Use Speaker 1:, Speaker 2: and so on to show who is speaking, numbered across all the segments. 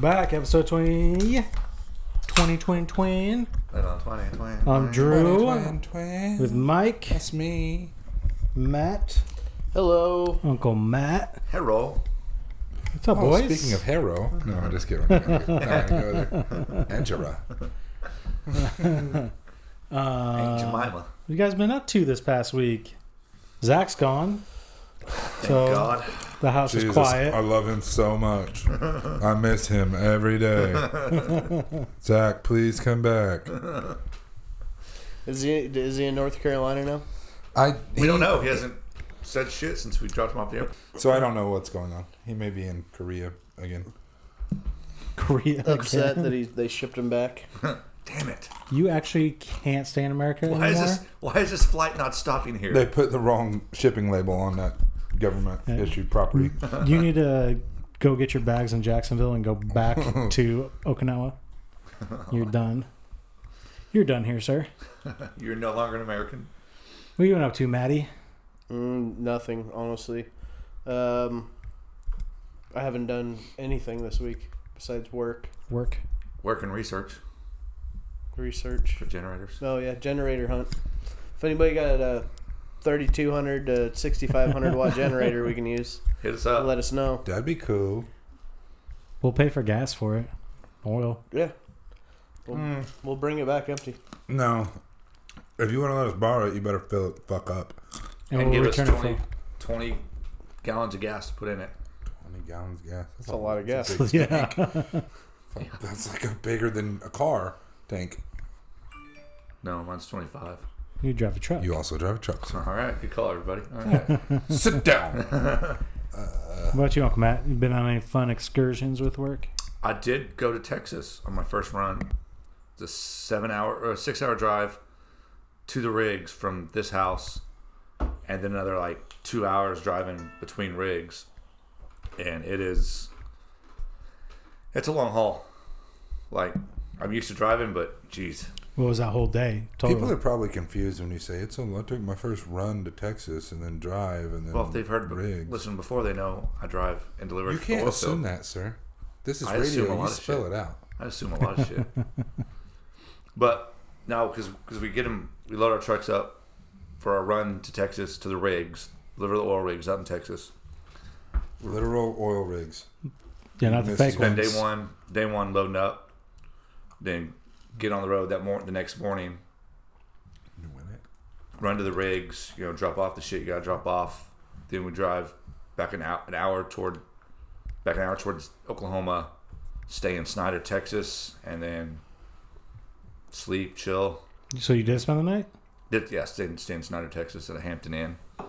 Speaker 1: back, episode 20. 20, 20, 20
Speaker 2: But on 20, 20.
Speaker 1: I'm Drew
Speaker 3: Twin, twin.
Speaker 1: with Mike,
Speaker 3: That's me.
Speaker 1: Matt,
Speaker 4: Hello.
Speaker 1: Uncle Matt.
Speaker 2: Hey, roll.
Speaker 1: What's up,
Speaker 3: Oh,
Speaker 1: boys? Uh-huh.
Speaker 3: speaking of Harrow, no, I'm just kidding. I'm not gonna go there. Angela.
Speaker 1: Uh,
Speaker 2: Aunt Jemima.
Speaker 1: what you guys been up to this past week? Zach's gone.
Speaker 2: Thank
Speaker 1: so
Speaker 2: God.
Speaker 1: the house is
Speaker 3: Jesus,
Speaker 1: quiet.
Speaker 3: I love him so much. I miss him every day. Zach, please come back.
Speaker 4: Is he is he in North Carolina now?
Speaker 3: I
Speaker 2: We don't know. He hasn't said shit since we dropped him off the airport.
Speaker 3: So I don't know what's going on. He may be in Korea again.
Speaker 1: Korea.
Speaker 4: Upset
Speaker 1: again.
Speaker 4: that he they shipped him back.
Speaker 2: Damn it.
Speaker 1: you actually can't stay in America
Speaker 2: Why is
Speaker 1: anymore.
Speaker 2: this Why is this flight not stopping here?
Speaker 3: They put the wrong shipping label on that government issued property.
Speaker 1: You need to go get your bags in Jacksonville and go back to Okinawa. You're done. You're done here, sir.
Speaker 2: You're no longer an American.
Speaker 1: What you been up to, Maddie?
Speaker 4: Mm, nothing, honestly. Um, I haven't done anything this week besides work,
Speaker 1: Work.
Speaker 2: Work and research
Speaker 4: research.
Speaker 2: for generators.
Speaker 4: Oh yeah, generator hunt. If anybody got a 3200 to 6500 watt generator we can use,
Speaker 2: Hit us up.
Speaker 4: let us know.
Speaker 3: That'd be cool.
Speaker 1: We'll pay for gas for it. Oil.
Speaker 4: Yeah, we'll, we'll bring it back empty.
Speaker 3: No. If you want to let us borrow it, you better fill it the fuck up.
Speaker 1: And,
Speaker 2: and
Speaker 1: we'll
Speaker 2: give us
Speaker 1: return it
Speaker 2: 20,
Speaker 1: for
Speaker 2: 20 gallons of gas to put in it.
Speaker 3: 20 gallons of gas. That's
Speaker 4: a lot of
Speaker 3: that's a
Speaker 4: gas.
Speaker 3: big
Speaker 1: Yeah.
Speaker 3: tank. That's like a bigger than a car tank.
Speaker 2: No, mine's 25.
Speaker 1: You drive a truck.
Speaker 3: You also drive a truck. so-
Speaker 2: All right. Good call, everybody. All right.
Speaker 3: Sit down.
Speaker 1: What about you, Uncle Matt? You been on any fun excursions with work?
Speaker 2: I did go to Texas on my first run. It's a seven hour or six hour drive to the rigs from this house, and then another like two hours driving between rigs. And it is, it's a long haul. Like I'm used to driving, but geez,
Speaker 1: What was that whole day?
Speaker 3: People
Speaker 1: Total.
Speaker 3: are probably confused when you say it's. I took my first run to Texas and then drive and then.
Speaker 2: well if they've heard,
Speaker 3: rigs.
Speaker 2: listen before they know I drive and deliver.
Speaker 3: you
Speaker 2: to the
Speaker 3: can't
Speaker 2: oil
Speaker 3: assume
Speaker 2: field.
Speaker 3: that, sir. This is
Speaker 2: I assume a
Speaker 3: radio. You
Speaker 2: lot of
Speaker 3: spell
Speaker 2: shit.
Speaker 3: it out.
Speaker 2: I assume a lot of shit. But no, because we get them, we load our trucks up for our run to Texas to the rigs, deliver the oil rigs out in Texas.
Speaker 3: Literal oil rigs.
Speaker 1: Yeah, not the
Speaker 3: Mrs.
Speaker 1: fake
Speaker 2: Spend
Speaker 1: one.
Speaker 2: day
Speaker 3: Nice.
Speaker 2: one, day one loading up, then get on the road that morning, the next morning,
Speaker 3: You win it.
Speaker 2: run to the rigs, you know, drop off the shit you gotta drop off. Then we drive back an hour, an hour toward, back an hour towards Oklahoma, stay in Snyder, Texas, and then sleep, chill,
Speaker 1: So you did spend the night?
Speaker 2: Did, yeah, stayed, stayed in Snyder, Texas at a Hampton Inn. It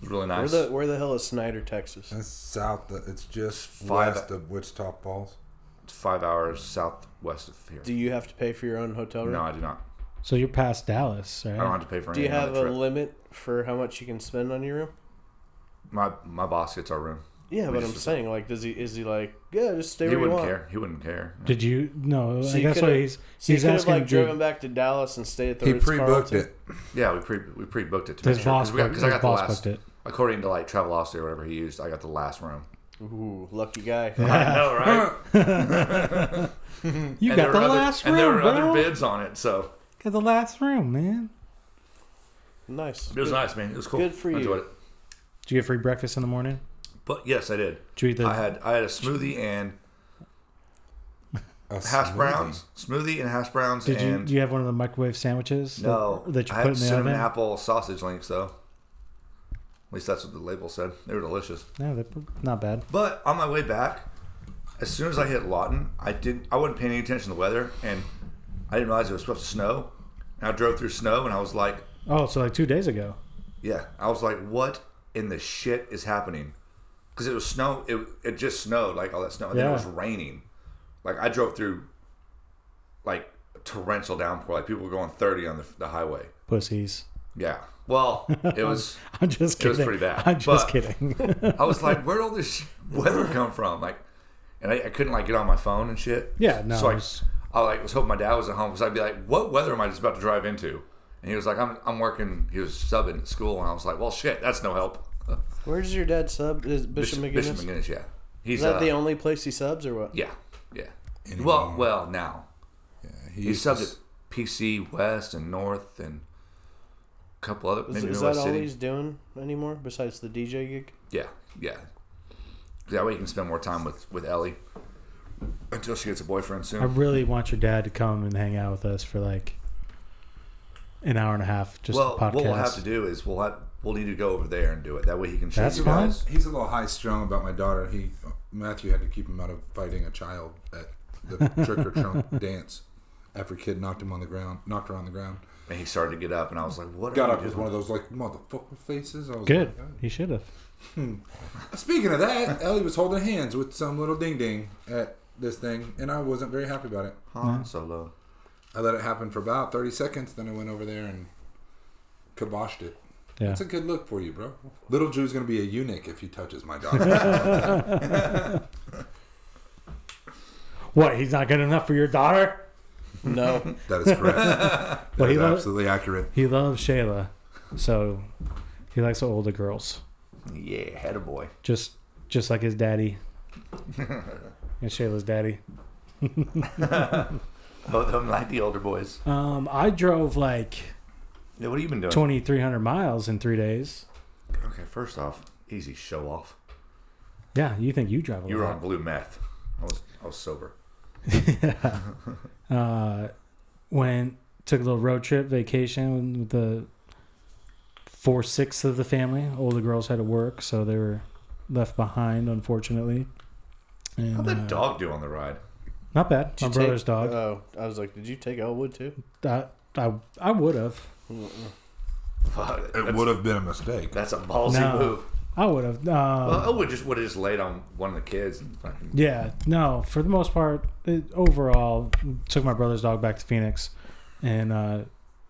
Speaker 2: was really
Speaker 4: Where
Speaker 2: nice.
Speaker 4: the where the hell is Snyder, Texas?
Speaker 3: That's south. of- It's just
Speaker 2: Five-
Speaker 3: west of Wichita Falls.
Speaker 2: It's five hours southwest of here.
Speaker 4: Do you have to pay for your own hotel room?
Speaker 2: no, I do not.
Speaker 1: So you're past Dallas,
Speaker 2: I don't
Speaker 1: right?
Speaker 2: have to pay for
Speaker 4: Do you
Speaker 2: anything on
Speaker 4: have
Speaker 2: the
Speaker 4: a
Speaker 2: trip.
Speaker 4: limit for how much you can spend on your room?
Speaker 2: my my boss gets our room.
Speaker 4: Yeah,
Speaker 2: We
Speaker 4: but
Speaker 2: just-
Speaker 4: I'm saying, like, does he is he like, yeah, just stay
Speaker 2: he
Speaker 4: where you
Speaker 2: wouldn't
Speaker 4: want?
Speaker 2: care. He wouldn't care.
Speaker 1: Did you? No,
Speaker 4: So
Speaker 1: I
Speaker 4: you
Speaker 1: guess
Speaker 4: could've-
Speaker 1: what he's
Speaker 4: So you
Speaker 1: he's
Speaker 4: could have
Speaker 1: asking.
Speaker 4: like
Speaker 1: did-
Speaker 4: driven back to Dallas and stayed at the
Speaker 3: He
Speaker 4: Ritz
Speaker 3: pre-booked
Speaker 4: Carlton.
Speaker 3: it.
Speaker 2: Yeah, we pre we pre booked it to
Speaker 1: his
Speaker 2: make sure
Speaker 1: boss,
Speaker 2: because I got,
Speaker 1: booked,
Speaker 2: 'cause I
Speaker 1: his
Speaker 2: got the
Speaker 1: boss
Speaker 2: last
Speaker 1: booked it.
Speaker 2: according to like Travelocity or whatever he used. I got the last room.
Speaker 4: Ooh, lucky guy.
Speaker 2: I know, right?
Speaker 1: You
Speaker 2: and there
Speaker 1: got the
Speaker 2: were other,
Speaker 1: last
Speaker 2: and there
Speaker 1: room,
Speaker 2: were
Speaker 1: bro.
Speaker 2: other bids on it, so
Speaker 1: Got the last room, man.
Speaker 4: nice.
Speaker 2: it was
Speaker 4: Good.
Speaker 2: nice, man. It was cool.
Speaker 4: Good for
Speaker 2: I
Speaker 4: you.
Speaker 2: enjoyed it.
Speaker 1: Did you get free breakfast in the morning?
Speaker 2: But yes, I did.
Speaker 1: Did you eat the?
Speaker 2: I had I had a smoothie and
Speaker 3: A
Speaker 2: hash
Speaker 3: smoothie.
Speaker 2: browns, smoothie and hash browns,
Speaker 1: did you?
Speaker 2: and
Speaker 1: Do you have one of the microwave sandwiches? that-
Speaker 2: No,
Speaker 1: That you put
Speaker 2: I had
Speaker 1: in the
Speaker 2: cinnamon
Speaker 1: oven.
Speaker 2: apple sausage links though. At least that's what the label said. They were delicious.
Speaker 1: No, they're pr- not bad.
Speaker 2: But on my way back, as soon as I hit Lawton, I didn't. I wasn't paying any attention to the weather, and I didn't realize it was supposed to snow. And I drove through snow, and I was like,
Speaker 1: Oh, so like two days ago.
Speaker 2: "Yeah," I was like, "What in the shit is happening?" Because it was snow. It it just snowed like all that snow, and then
Speaker 1: Yeah.
Speaker 2: it was raining. Like I drove through, like torrential downpour. Like people were going thirty on the, the highway.
Speaker 1: Pussies.
Speaker 2: Yeah. Well, it was.
Speaker 1: I'm just
Speaker 2: It
Speaker 1: kidding.
Speaker 2: was pretty bad,
Speaker 1: I'm just
Speaker 2: but-
Speaker 1: kidding.
Speaker 2: I was like, where'd all this sh- weather come from? Like, and I, I couldn't like get on my phone and shit.
Speaker 1: Yeah, no,
Speaker 2: So I,
Speaker 1: it was-
Speaker 2: I like was hoping my dad was at home because I'd be like, what weather am I just about to drive into? And he was like, I'm, I'm working. He was subbing at school, and I was like, well, shit, that's no help.
Speaker 4: Where's your dad sub? Is Bishop, McGinnis?
Speaker 2: Bishop McGinnis, yeah. He's
Speaker 4: Is that
Speaker 2: uh,
Speaker 4: the only place he subs or what?
Speaker 2: yeah. Yeah.
Speaker 3: anymore.
Speaker 2: Well, well, now
Speaker 3: yeah,
Speaker 2: he
Speaker 3: used to
Speaker 2: subbed
Speaker 3: s-
Speaker 2: at PC West and North and a couple other
Speaker 4: Is,
Speaker 2: maybe
Speaker 4: is that
Speaker 2: North
Speaker 4: all
Speaker 2: City.
Speaker 4: he's doing anymore besides the DJ gig?
Speaker 2: Yeah, yeah. That way you can spend more time with with Ellie until she gets a boyfriend
Speaker 1: I
Speaker 2: soon.
Speaker 1: really want your dad to come and hang out with us for like an hour and a half, just
Speaker 2: Well,
Speaker 1: a
Speaker 2: what
Speaker 1: podcast.
Speaker 2: we'll have to do is we'll have we'll need to go over there and do it. That way he can show
Speaker 1: That's
Speaker 2: you
Speaker 1: fine.
Speaker 2: guys.
Speaker 3: He's a little high strung about my daughter. He Matthew had to keep him out of fighting a child at the trick or trunk dance after kid knocked him on the ground, knocked her on the ground.
Speaker 2: And he started to get up, and I was like, "What?"
Speaker 3: Got
Speaker 2: are you
Speaker 3: up with
Speaker 2: doing?
Speaker 3: one of those like motherfucker faces. I was
Speaker 1: Good.
Speaker 3: like,
Speaker 1: He should have.
Speaker 3: Speaking of that, Ellie was holding hands with some little ding ding at this thing, and I wasn't very happy about it.
Speaker 2: Han Solo.
Speaker 3: I let it happen for about 30 seconds, then I went over there and kiboshed it.
Speaker 1: Yeah.
Speaker 3: That's a good look for you, bro. Little Drew's going to be a eunuch if he touches my daughter.
Speaker 1: What? He's not good enough for your daughter?
Speaker 4: No.
Speaker 3: that is correct. That
Speaker 1: Well, he
Speaker 3: is
Speaker 1: lo-
Speaker 3: absolutely accurate.
Speaker 1: He loves Shayla, so he likes the older girls,
Speaker 2: Yeah, had a boy.
Speaker 1: just just like his daddy and Shayla's daddy.
Speaker 2: Both of them like the older boys.
Speaker 1: Um, I drove like
Speaker 2: Yeah, what have you been doing?
Speaker 1: twenty three hundred miles in three days.
Speaker 2: Okay, first off, easy show off.
Speaker 1: Yeah, you think you drive a
Speaker 2: You were on
Speaker 1: lot?
Speaker 2: blue meth. I was I was sober.
Speaker 1: Uh, when took a little road trip vacation with the four sixths of the family. Older girls had to work, so they were left behind, unfortunately. And,
Speaker 2: How'd that
Speaker 1: uh,
Speaker 2: dog do on the ride?
Speaker 1: Not bad. My
Speaker 4: Did you
Speaker 1: brother's
Speaker 4: take-
Speaker 1: dog.
Speaker 4: Oh, I was like, did you take Elwood too?
Speaker 2: uh,
Speaker 1: I I, I would have.
Speaker 2: Fuck,
Speaker 3: It
Speaker 2: that's-
Speaker 3: would have been a mistake.
Speaker 2: That's a ballsy
Speaker 1: No.
Speaker 2: move.
Speaker 1: I would have. Um,
Speaker 2: Well, oh. I would just would have just laid on one of the kids and fucking
Speaker 1: Yeah, no. For the most part, it, overall, took my brother's dog back to Phoenix, and uh,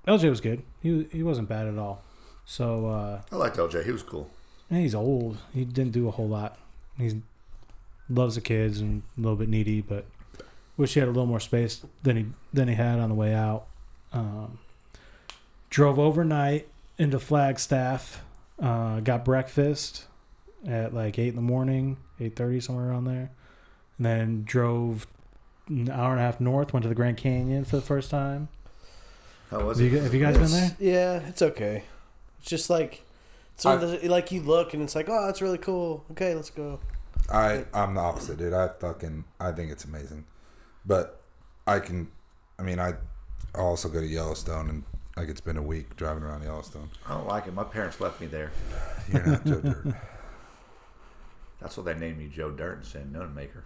Speaker 1: LJ was good. He he wasn't bad at all. So uh,
Speaker 2: I liked LJ. He was cool.
Speaker 1: and he's old. He didn't do a whole lot. He loves the kids and a little bit needy, but wish he had a little more space than he than he had on the way out. Um, drove overnight into Flagstaff. Uh, got breakfast at like eight in the morning, eight thirty somewhere around there, and then drove an hour and a half north. Went to the Grand Canyon for the first time.
Speaker 2: How was
Speaker 1: Have
Speaker 2: he?
Speaker 1: you, gu- have you guys been there?
Speaker 4: Yeah, it's okay. It's just like, it's one of the, like you look and it's like, oh, that's really cool. Okay, let's go.
Speaker 3: I I'm the opposite, dude. I fucking I think it's amazing, but I can, I mean, I also go to Yellowstone and I could spend a week driving around Yellowstone.
Speaker 2: I don't like it. My parents left me there.
Speaker 3: You're not Joe Dirt.
Speaker 2: That's what they named me, Joe Dirt and Sam Nunmaker.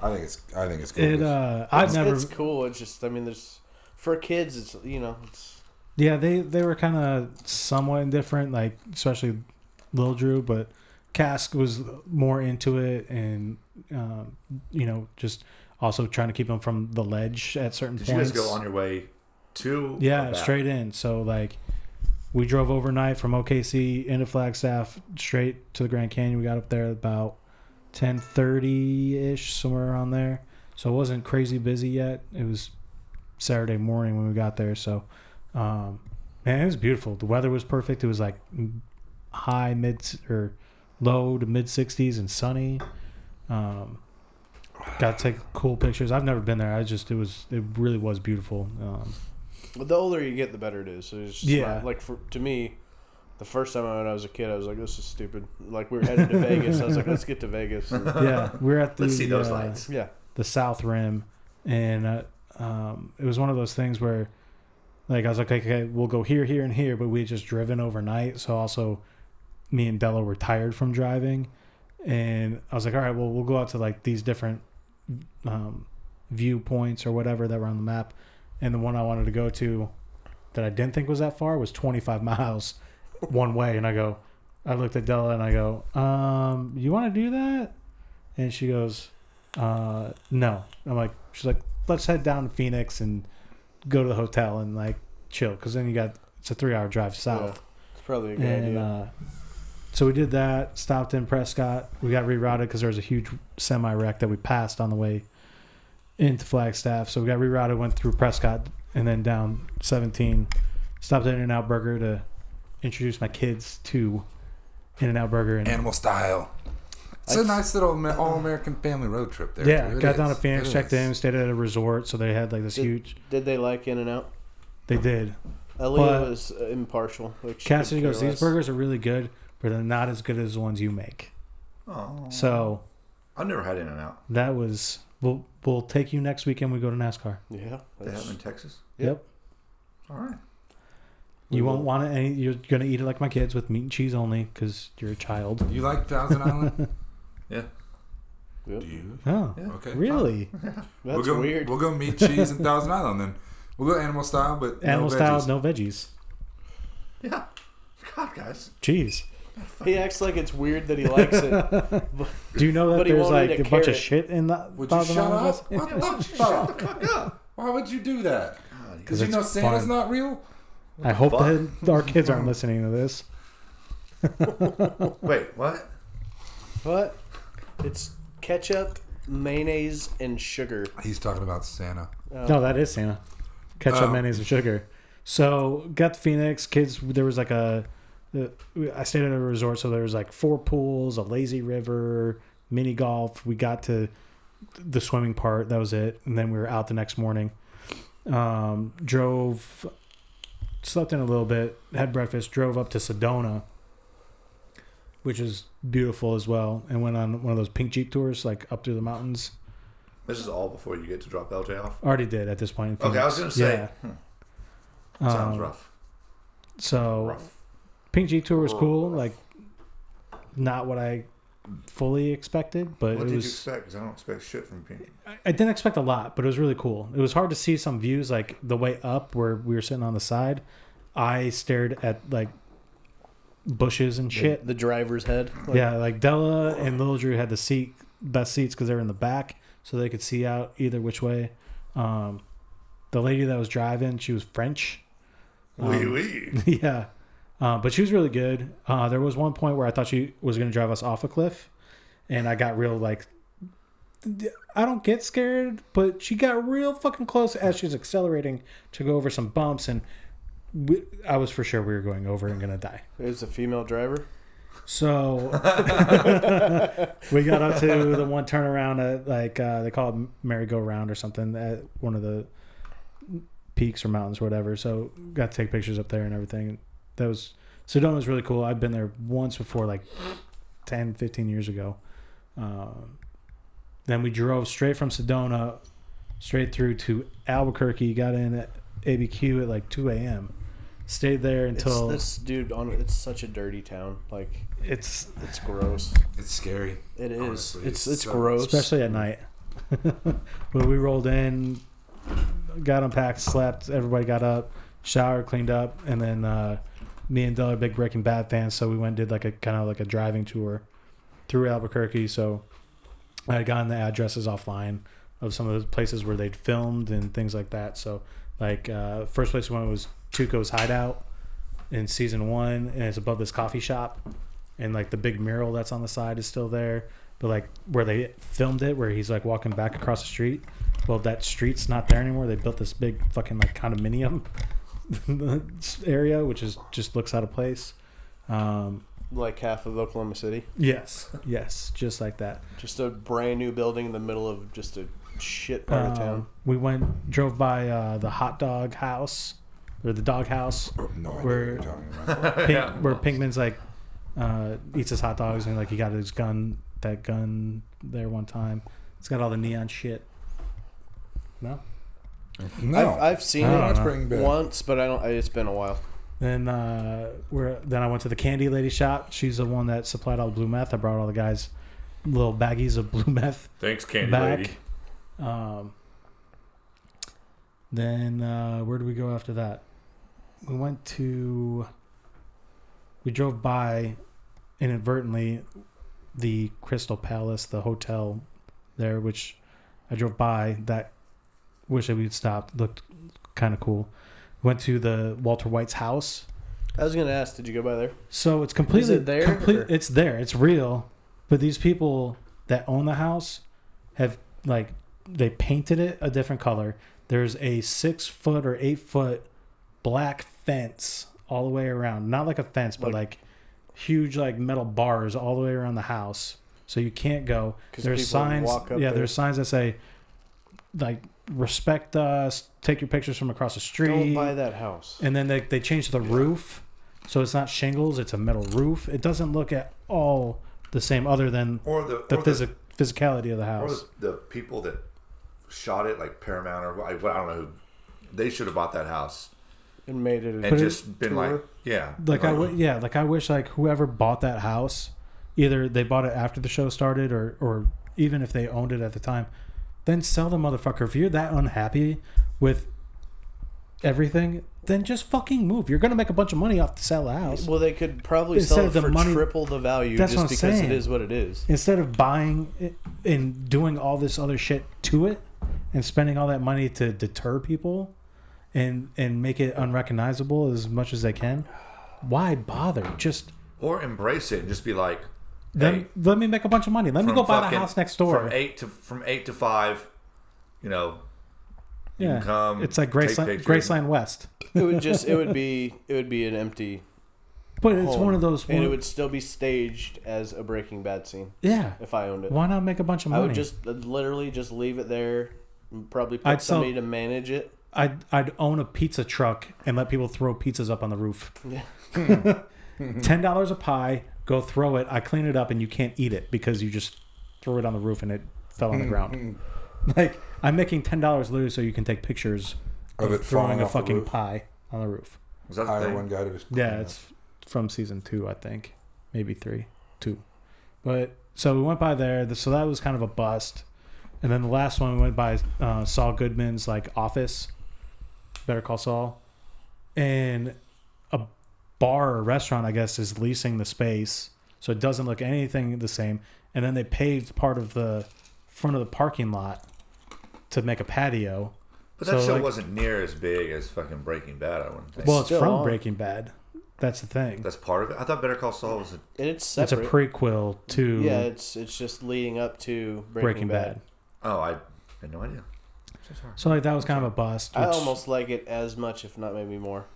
Speaker 3: I think it's I think it's cool.
Speaker 1: It uh, I've
Speaker 4: it's,
Speaker 1: never.
Speaker 4: It's cool. It's just, I mean, there's for kids. It's you know, it's
Speaker 1: Yeah, they they were kind of somewhat indifferent, like especially Lil Drew, but Cask was more into it, and um, you know, just also trying to keep him from the ledge at certain
Speaker 2: Did you guys
Speaker 1: points.
Speaker 2: go on your way to? or
Speaker 1: yeah,
Speaker 2: back?
Speaker 1: straight in. So like, we drove overnight from OKC into Flagstaff, straight to the Grand Canyon. We got up there about ten thirty ish, somewhere around there. So it wasn't crazy busy yet. It was Saturday morning when we got there. So, um, man, it was beautiful. The weather was perfect. It was like m- high mid or low to mid 60s and sunny. Um, got to take cool pictures. I've never been there. I just it was it really was beautiful. Um,
Speaker 4: the older you get, the better it is. So it's just
Speaker 1: Yeah.
Speaker 4: not- like for to me, the first time I- when I was a kid, I was like, this is stupid. Like we were headed to Vegas. I was like, let's get to Vegas. And,
Speaker 1: yeah, we're at the
Speaker 2: Let's see those
Speaker 1: uh,
Speaker 2: lights.
Speaker 4: yeah,
Speaker 1: the South Rim, and uh, um, it was one of those things where, like, I was like, okay, okay, we'll go here, here, and here, but we had just driven overnight, so also, me and Della were tired from driving, and I was like, all right, well, we'll go out to like these different um, viewpoints or whatever that were on the map, and the one I wanted to go to, that I didn't think was that far was 25 miles, one way, and I go. I looked at Della and I go, um, "You want to do that?" And she goes, uh, no. I'm like, she's like, let's head down to Phoenix and go to the hotel and like chill, because then you got it's a three hour drive south.
Speaker 4: it's probably a good
Speaker 1: and
Speaker 4: idea.
Speaker 1: uh, so we did that. Stopped in Prescott. We got rerouted because there was a huge semi wreck that we passed on the way into Flagstaff. So we got rerouted, went through Prescott, and then down 17. Stopped at In and Out Burger to introduce my kids to In and Out Burger and
Speaker 3: Animal style. It's
Speaker 4: I-
Speaker 3: a nice little all American family road trip there.
Speaker 1: yeah,
Speaker 3: too. It
Speaker 1: got down to
Speaker 3: is.
Speaker 1: Phoenix,
Speaker 3: It
Speaker 1: checked
Speaker 3: is.
Speaker 1: in, stayed at a resort, so they had like this
Speaker 4: Did-
Speaker 1: huge.
Speaker 4: Did they like In and Out?
Speaker 1: They did.
Speaker 4: Elliot
Speaker 1: But-
Speaker 4: was uh, impartial. Like she
Speaker 1: Cassidy
Speaker 4: could care
Speaker 1: goes, these
Speaker 4: less.
Speaker 1: burgers are really good, but they're not as good as the ones you make.
Speaker 2: Oh,
Speaker 1: So
Speaker 2: I've never had In and Out.
Speaker 1: that was. We'll we'll take you next weekend. We go to NASCAR.
Speaker 4: Yeah,
Speaker 2: They have
Speaker 4: that's-
Speaker 2: them in Texas.
Speaker 1: Yep.
Speaker 2: All right.
Speaker 4: We
Speaker 1: You won't
Speaker 4: will.
Speaker 1: want it. Any, you're gonna eat it like my kids with meat and cheese only, because you're a child.
Speaker 3: You like Thousand Island?
Speaker 4: yep.
Speaker 3: Do you?
Speaker 1: Oh,
Speaker 2: Yeah.
Speaker 3: Okay.
Speaker 1: really?
Speaker 4: that's
Speaker 3: we'll go,
Speaker 4: weird.
Speaker 3: We'll go meat, cheese, and Thousand Island then. We'll go animal style, but
Speaker 1: Animal
Speaker 3: no
Speaker 1: style,
Speaker 3: veggies.
Speaker 1: no veggies.
Speaker 2: Yeah. God, guys.
Speaker 1: Cheese.
Speaker 4: He acts like it's weird that he likes it.
Speaker 1: Do you know that
Speaker 4: But he
Speaker 1: there's
Speaker 4: won't eat
Speaker 1: like a,
Speaker 4: a
Speaker 1: bunch of
Speaker 4: carrot.
Speaker 1: shit in the
Speaker 3: Would you
Speaker 1: Thousand
Speaker 3: shut
Speaker 1: Island
Speaker 3: up?
Speaker 1: West?
Speaker 3: What the
Speaker 2: Shut the
Speaker 3: fuck?
Speaker 2: fuck up.
Speaker 3: Why would you do that?
Speaker 2: God, you
Speaker 3: Because you
Speaker 1: it's
Speaker 3: know Santa's
Speaker 1: fun.
Speaker 3: not real.
Speaker 1: I hope
Speaker 2: Fuck.
Speaker 1: that our kids aren't listening to this.
Speaker 2: Wait, what?
Speaker 4: What? It's ketchup, mayonnaise, and sugar.
Speaker 3: He's talking about Santa.
Speaker 2: Oh.
Speaker 4: Uh,
Speaker 1: No, that is Santa. Ketchup,
Speaker 3: Oh.
Speaker 1: mayonnaise, and sugar. So got to Phoenix kids. There was like a. uh, I stayed at a resort, so there was like four pools, a lazy river, mini golf. We got to the swimming part. That was it, and then we were out the next morning. Um, drove, slept in a little bit, had breakfast, drove up to Sedona, which is beautiful as well, and went on one of those pink jeep tours, like up through the mountains.
Speaker 2: This is all before you get to drop LJ off.
Speaker 1: Already did at this point. in
Speaker 2: Okay, I was
Speaker 1: Phoenix.
Speaker 2: gonna say.
Speaker 1: Yeah.
Speaker 2: hmm, sounds
Speaker 1: Um, oh,
Speaker 2: rough.
Speaker 1: So
Speaker 2: Rough.
Speaker 1: Pink Jeep Tour was cool. Like, not what I fully expected, but
Speaker 2: What
Speaker 1: it
Speaker 2: did you
Speaker 1: was.
Speaker 2: expect? 'Cause I don't expect shit from Pink.
Speaker 1: I- I didn't expect a lot, but it was really cool. It was hard to see some views, like the way up where we were sitting on the side. I stared at like bushes and
Speaker 4: the-
Speaker 1: shit.
Speaker 4: The, driver's head. Like,
Speaker 1: yeah, like Della and Lil Drew had the seat best seats because they were in the back, so they could see out either which way. Um, the lady that was driving, she was French. Um,
Speaker 2: Wee wee.
Speaker 1: yeah. Uh, but she was really good. Uh, there was one point where I thought she was going to drive us off a cliff, and I got real like, I don't get scared, but she got real fucking close as she's accelerating to go over some bumps, and we, I was for sure we were going over and gonna die.
Speaker 4: It was a female driver.
Speaker 1: So we got up to the one turnaround at like uh, they call it merry-go-round or something at one of the peaks or mountains or whatever. So got to take pictures up there and everything. That was Sedona was really cool. I've been there once before, like 10, 15 years ago. Um, then we drove straight from Sedona, straight through to Albuquerque. Got in at ABQ at like 2 a.m. Stayed there until
Speaker 4: it's this dude on. It's such a dirty town. Like
Speaker 1: it's
Speaker 4: it's gross.
Speaker 3: It's scary.
Speaker 4: It is.
Speaker 3: Honestly,
Speaker 4: it's
Speaker 3: it's
Speaker 4: it's
Speaker 3: so-
Speaker 4: gross.
Speaker 1: especially at night. when we rolled in, got unpacked, slept. Everybody got up, showered, cleaned up, and then uh, me and Dell are big Breaking Bad fans, so we went and did like a kind of like a driving tour through Albuquerque. So I had gotten the addresses offline of some of the places where they'd filmed and things like that. So like uh, first place we went was Tuco's Hideout in season one, and it's above this coffee shop, and like the big mural that's on the side is still there. But like where they filmed it, where he's like walking back across the street, well that street's not there anymore. They built this big fucking like condominium area, which is just looks out of place. Um,
Speaker 4: Like half of Oklahoma City.
Speaker 1: yes, yes, just like that.
Speaker 4: Just a brand new building in the middle of just a shit part of town.
Speaker 1: Um, we went drove by uh, the hot dog house or the dog house
Speaker 3: No idea what
Speaker 1: We're-
Speaker 3: you're talking about.
Speaker 1: Pink, where Pinkman's like uh, eats his hot dogs and like he got his gun that gun there one time. It's got all the neon shit. No.
Speaker 3: No,
Speaker 4: I've, I've seen
Speaker 1: I don't
Speaker 4: it
Speaker 1: know.
Speaker 3: spring bed.
Speaker 4: once, but I don't. I- It's been a while.
Speaker 1: Then uh, where then I went to the candy lady shop. She's the one that supplied all the blue meth. I brought all the guys little baggies of blue meth
Speaker 2: Thanks, Candy
Speaker 1: back.
Speaker 2: Lady.
Speaker 1: Um, then uh, where did we go after that? We went to. We drove by, inadvertently, the Crystal Palace, the hotel there, which I drove by. That wish that we'd stopped. Looked kind of cool. Went to the Walter White's house.
Speaker 4: I was gonna ask, did you go by there?
Speaker 1: So it's completely
Speaker 4: it there,
Speaker 1: complete-
Speaker 4: or-
Speaker 1: it's there. It's real. But these people that own the house have like they painted it a different color. There's a six foot or eight foot black fence all the way around. Not like a fence, but like, huge like metal bars all the way around the house. so you can't go.
Speaker 4: 'Cause
Speaker 1: There's
Speaker 4: people
Speaker 1: signs.
Speaker 4: walk up
Speaker 1: yeah,
Speaker 4: there.
Speaker 1: there's signs that say like respect us, take your pictures from across the
Speaker 4: Don't
Speaker 1: street,
Speaker 4: buy that house.
Speaker 1: and then they they changed the roof, so it's not shingles, it's a metal roof. It doesn't look at all the same, other than
Speaker 2: Or the,
Speaker 1: the
Speaker 2: or
Speaker 1: physic physicality of the
Speaker 2: or
Speaker 1: house.
Speaker 2: the, the people that shot it, like Paramount or I, I don't know who, they should have bought that house
Speaker 4: and made it.
Speaker 2: and
Speaker 4: A,
Speaker 1: it-
Speaker 2: just been like,
Speaker 4: tour?
Speaker 2: yeah,
Speaker 1: like I w- yeah, like I wish like whoever bought that house, either they bought it after the show started or or even if they owned it at the time, then sell the motherfucker. If you're that unhappy with everything, then just fucking move. You're gonna make a bunch of money off the sell the house.
Speaker 4: well, they could probably
Speaker 1: Instead
Speaker 4: sell it
Speaker 1: of the
Speaker 4: for
Speaker 1: money-
Speaker 4: triple the value
Speaker 1: That's
Speaker 4: just
Speaker 1: what I'm
Speaker 4: because
Speaker 1: saying.
Speaker 4: it is what it is.
Speaker 1: Instead of buying it and doing all this other shit to it and spending all that money to deter people and and make it unrecognizable as much as they can, why bother? Just
Speaker 2: or embrace it and just be like,
Speaker 1: Then
Speaker 2: hey,
Speaker 1: let me make a bunch of money. Let me
Speaker 2: from
Speaker 1: go buy the
Speaker 2: fucking-
Speaker 1: house next door.
Speaker 2: from eight to from eight to five, you know, you
Speaker 1: yeah,
Speaker 2: can come.
Speaker 1: it's like
Speaker 2: take
Speaker 1: Graceland,
Speaker 2: pictures.
Speaker 1: Graceland West.
Speaker 4: It would just. It would be. It would be an empty.
Speaker 1: But it's
Speaker 4: home,
Speaker 1: one of those.
Speaker 4: Oh, and it
Speaker 1: one-
Speaker 4: would still be staged as a Breaking Bad scene
Speaker 1: yeah.
Speaker 4: if I owned it.
Speaker 1: Why not make a bunch of
Speaker 4: I
Speaker 1: money?
Speaker 4: would just I'd literally just leave it there. And probably put
Speaker 1: I'd sell-
Speaker 4: somebody to manage it.
Speaker 1: I'd I'd own a pizza truck and let people throw pizzas up on the roof.
Speaker 4: Yeah.
Speaker 1: Ten dollars a pie. Go throw it. I clean it up, and you can't eat it because you just threw it on the roof and it fell on the ground. Like I'm making ten dollars literally so you can take pictures
Speaker 3: Of
Speaker 1: of,
Speaker 3: it falling
Speaker 1: throwing a
Speaker 3: off the
Speaker 1: fucking
Speaker 3: roof?
Speaker 1: pie on the roof.
Speaker 2: Was that the
Speaker 3: Hire
Speaker 2: thing?
Speaker 3: one guy to just
Speaker 1: Yeah, it's from season two, I think, maybe three, two. But so we went by there. th- So that was kind of a bust. And then the last one we went by uh, Saul Goodman's like office, Better Call Saul, and a bar or restaurant I guess is leasing the space, so it doesn't look anything the same. And then they paved part of the front of the parking lot to make a patio.
Speaker 2: But that
Speaker 1: So,
Speaker 2: show
Speaker 1: like-
Speaker 2: wasn't near as big as fucking Breaking Bad. I wouldn't think.
Speaker 1: Well, it's
Speaker 4: still
Speaker 1: from
Speaker 4: on.
Speaker 1: Breaking Bad. That's the thing.
Speaker 2: That's part of it. I thought Better Call Saul was a
Speaker 4: And it's
Speaker 1: It's a
Speaker 4: separate.
Speaker 1: prequel to
Speaker 4: yeah, it's it's just leading up to Breaking,
Speaker 1: Breaking
Speaker 4: Bad.
Speaker 1: Bad.
Speaker 2: Oh, I had no idea. So sorry.
Speaker 1: So like that was kind of a bust.
Speaker 4: I
Speaker 1: which-
Speaker 4: almost like it as much, if not maybe more.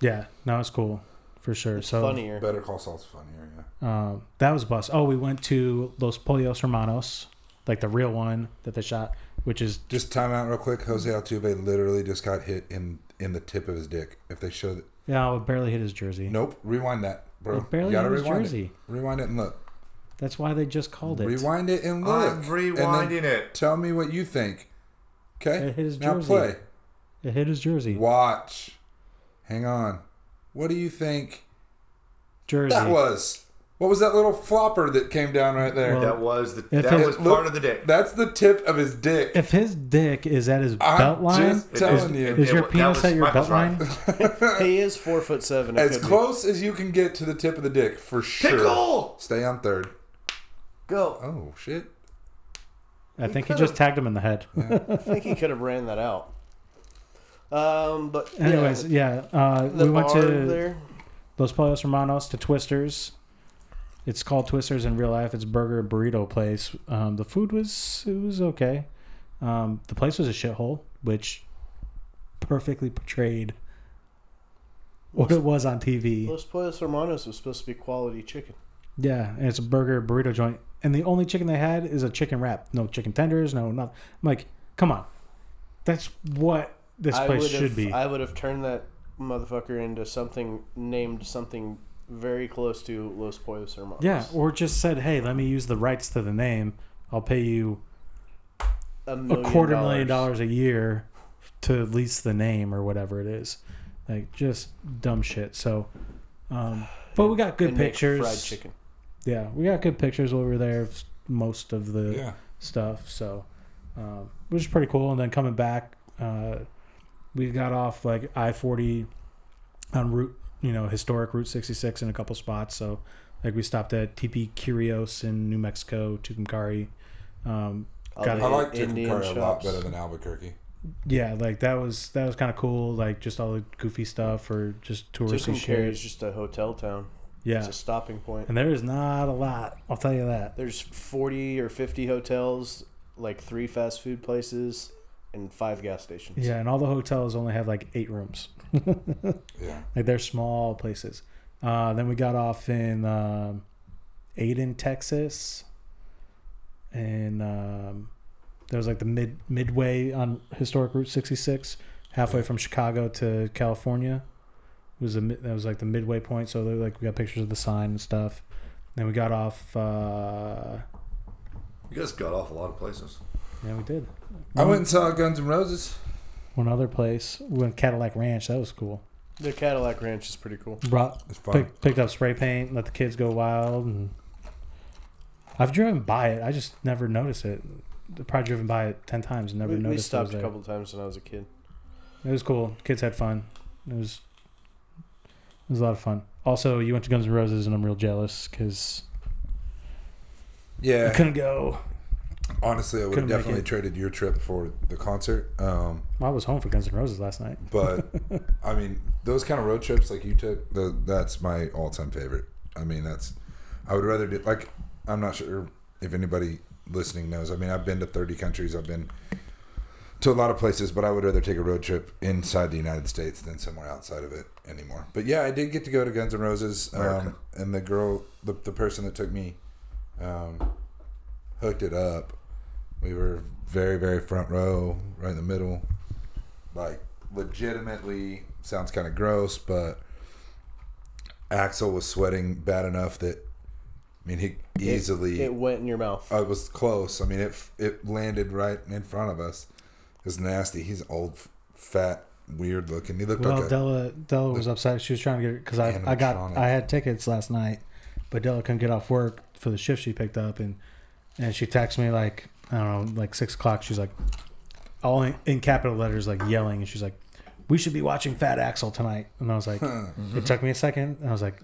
Speaker 1: yeah. No, it's cool for sure.
Speaker 4: It's
Speaker 1: so
Speaker 4: funnier.
Speaker 3: Better Call Saul's funnier. Yeah.
Speaker 1: Um, that was a bust. Oh, we went to Los Pollos Hermanos, like the real one that they shot, which is
Speaker 3: Just time out real quick. Jose Altuve literally just got hit in in the tip of his dick. If they show, th-
Speaker 1: yeah, it barely hit his jersey.
Speaker 3: nope, rewind that, bro.
Speaker 1: it barely
Speaker 3: you
Speaker 1: hit
Speaker 3: gotta
Speaker 1: his
Speaker 3: rewind
Speaker 1: jersey.
Speaker 3: it. Rewind it and look.
Speaker 1: That's why they just called it.
Speaker 3: Rewind it and look.
Speaker 2: I'm
Speaker 3: And then
Speaker 2: rewinding it.
Speaker 3: Tell me what you think. Okay.
Speaker 1: It hit his
Speaker 3: now
Speaker 1: jersey.
Speaker 3: play.
Speaker 1: It hit his jersey.
Speaker 3: Watch. Hang on. What do you think
Speaker 1: Jersey.
Speaker 3: that was? What was that little flopper that came down right there?
Speaker 1: Well,
Speaker 2: That was the
Speaker 1: If
Speaker 2: that
Speaker 1: it-
Speaker 2: was
Speaker 3: Look,
Speaker 2: part of the dick.
Speaker 3: That's the tip of his dick.
Speaker 1: if his dick is at his
Speaker 3: I'm
Speaker 1: belt line,
Speaker 3: just
Speaker 1: is,
Speaker 3: telling you.
Speaker 1: is
Speaker 2: It
Speaker 1: your
Speaker 2: wa- that
Speaker 1: penis
Speaker 2: was-
Speaker 1: at your
Speaker 2: Mike was
Speaker 1: belt
Speaker 2: right.
Speaker 1: line?
Speaker 4: he is four foot seven. It
Speaker 3: as
Speaker 4: could be.
Speaker 3: close as you can get to the tip of the dick, for sure.
Speaker 2: Pickle!
Speaker 3: Stay on third.
Speaker 4: Go.
Speaker 3: Oh shit.
Speaker 1: I think he just tagged him in the head.
Speaker 4: I think he could have ran that out. Um, but yeah,
Speaker 1: Anyways, yeah, uh,
Speaker 4: the
Speaker 1: we went
Speaker 4: bar
Speaker 1: to
Speaker 4: there.
Speaker 1: Los Pollos Hermanos to Twisters. It's called Twisters in real life. It's a burger and burrito place. Um, the food was it was okay. Um, the place was a shithole, which perfectly portrayed what it was on TV.
Speaker 4: Los Pollos Hermanos was supposed to be quality chicken.
Speaker 1: Yeah, and it's a burger and burrito joint, and the only chicken they had is a chicken wrap. No chicken tenders. No, not I'm like come on. That's what this
Speaker 4: I
Speaker 1: place
Speaker 4: would
Speaker 1: should
Speaker 4: have,
Speaker 1: be.
Speaker 4: I would have turned that motherfucker into something named something very close to Los Pollos Hermanos.
Speaker 1: yeah, or just said, hey, let me use the rights to the name. I'll pay you
Speaker 4: a,
Speaker 1: a
Speaker 4: million
Speaker 1: quarter million dollars a year to lease the name or whatever it is. Like just dumb shit. So um but we got good
Speaker 4: and make
Speaker 1: pictures.
Speaker 4: Fried chicken.
Speaker 1: Yeah, we got good pictures while we were there of most of the
Speaker 3: Yeah.
Speaker 1: stuff. So um which is pretty cool. And then coming back, uh we got off like I forty on route you know, historic Route sixty six in a couple spots. So like we stopped at TP Curios in New Mexico, Tucumcari. Um
Speaker 4: All
Speaker 1: Got
Speaker 4: the
Speaker 1: it.
Speaker 3: I like
Speaker 4: Indian
Speaker 3: Tucumcari a lot
Speaker 4: shops.
Speaker 3: better than Albuquerque.
Speaker 1: yeah, like that was that was kind of cool. Like just all the goofy stuff or just touristy
Speaker 4: Tucumcari is
Speaker 1: shit.
Speaker 4: just a hotel town.
Speaker 1: Yeah,
Speaker 4: It's a stopping point.
Speaker 1: and there is not a lot. I'll tell you that.
Speaker 4: There's 40 or 50 hotels, like three fast food places, and five gas stations.
Speaker 1: Yeah, and all the hotels only have like eight rooms.
Speaker 3: Yeah.
Speaker 1: Like they're small places. Uh, then we got off in um, Aiden, Texas, and um, there was like the mid midway on historic Route 66, halfway from Chicago to California. Was a mi- that was like the midway point. So they're like we got pictures of the sign and stuff. Then we got off. Uh,
Speaker 2: You guys got off a lot of places.
Speaker 1: yeah, we did.
Speaker 3: I went and saw Guns N' Roses.
Speaker 1: one other place. We went Cadillac Ranch. That was cool.
Speaker 4: The Cadillac Ranch is pretty cool.
Speaker 1: Brought
Speaker 3: It's fun.
Speaker 1: pick, picked up spray paint. Let the kids go wild. And I've driven by it. I just never noticed it. I've probably driven by it ten times and never
Speaker 4: we, we
Speaker 1: noticed. it was
Speaker 4: stopped a
Speaker 1: there.
Speaker 4: couple times when I was a kid.
Speaker 1: It was cool. Kids had fun. It was it was a lot of fun. Also, you went to Guns N' Roses, and I'm real jealous because I
Speaker 3: Yeah,
Speaker 1: couldn't go.
Speaker 3: honestly, I would have
Speaker 1: couldn't make
Speaker 3: definitely
Speaker 1: it.
Speaker 3: traded your trip for the concert. Um,
Speaker 1: Well, I was home for Guns N' Roses last night.
Speaker 3: but I mean, those kind of road trips like you took, tho- that's my all-time favorite. I mean, that's I would rather do. Like, I'm not sure if anybody listening knows. I mean, I've been to 30 countries. I've been to a lot of places, but I would rather take a road trip inside the United States than somewhere outside of it anymore. But yeah, I did get to go to Guns N' Roses,
Speaker 2: America.
Speaker 3: um, and the girl, the, the person that took me, um, hooked it up. We were very, very front row, right in the middle. Like, legitimately, sounds kind of gross, but Axel was sweating bad enough that, I mean, he easily.
Speaker 4: It went in your mouth.
Speaker 3: I was close. I mean, it it landed right in front of us. It was nasty. He's old, f- fat, weird looking. He looked
Speaker 1: Well,
Speaker 3: like a,
Speaker 1: Della Della was upset. She was trying to get it because I I got
Speaker 3: Animatronic.
Speaker 1: I had tickets last night, but Della couldn't get off work for the shift she picked up, and and she texted me like I don't know like six o'clock. She's like, all in, in capital letters like yelling, and she's like, "We should be watching Fat Axel tonight." And I was like, it took me a second, and I was like,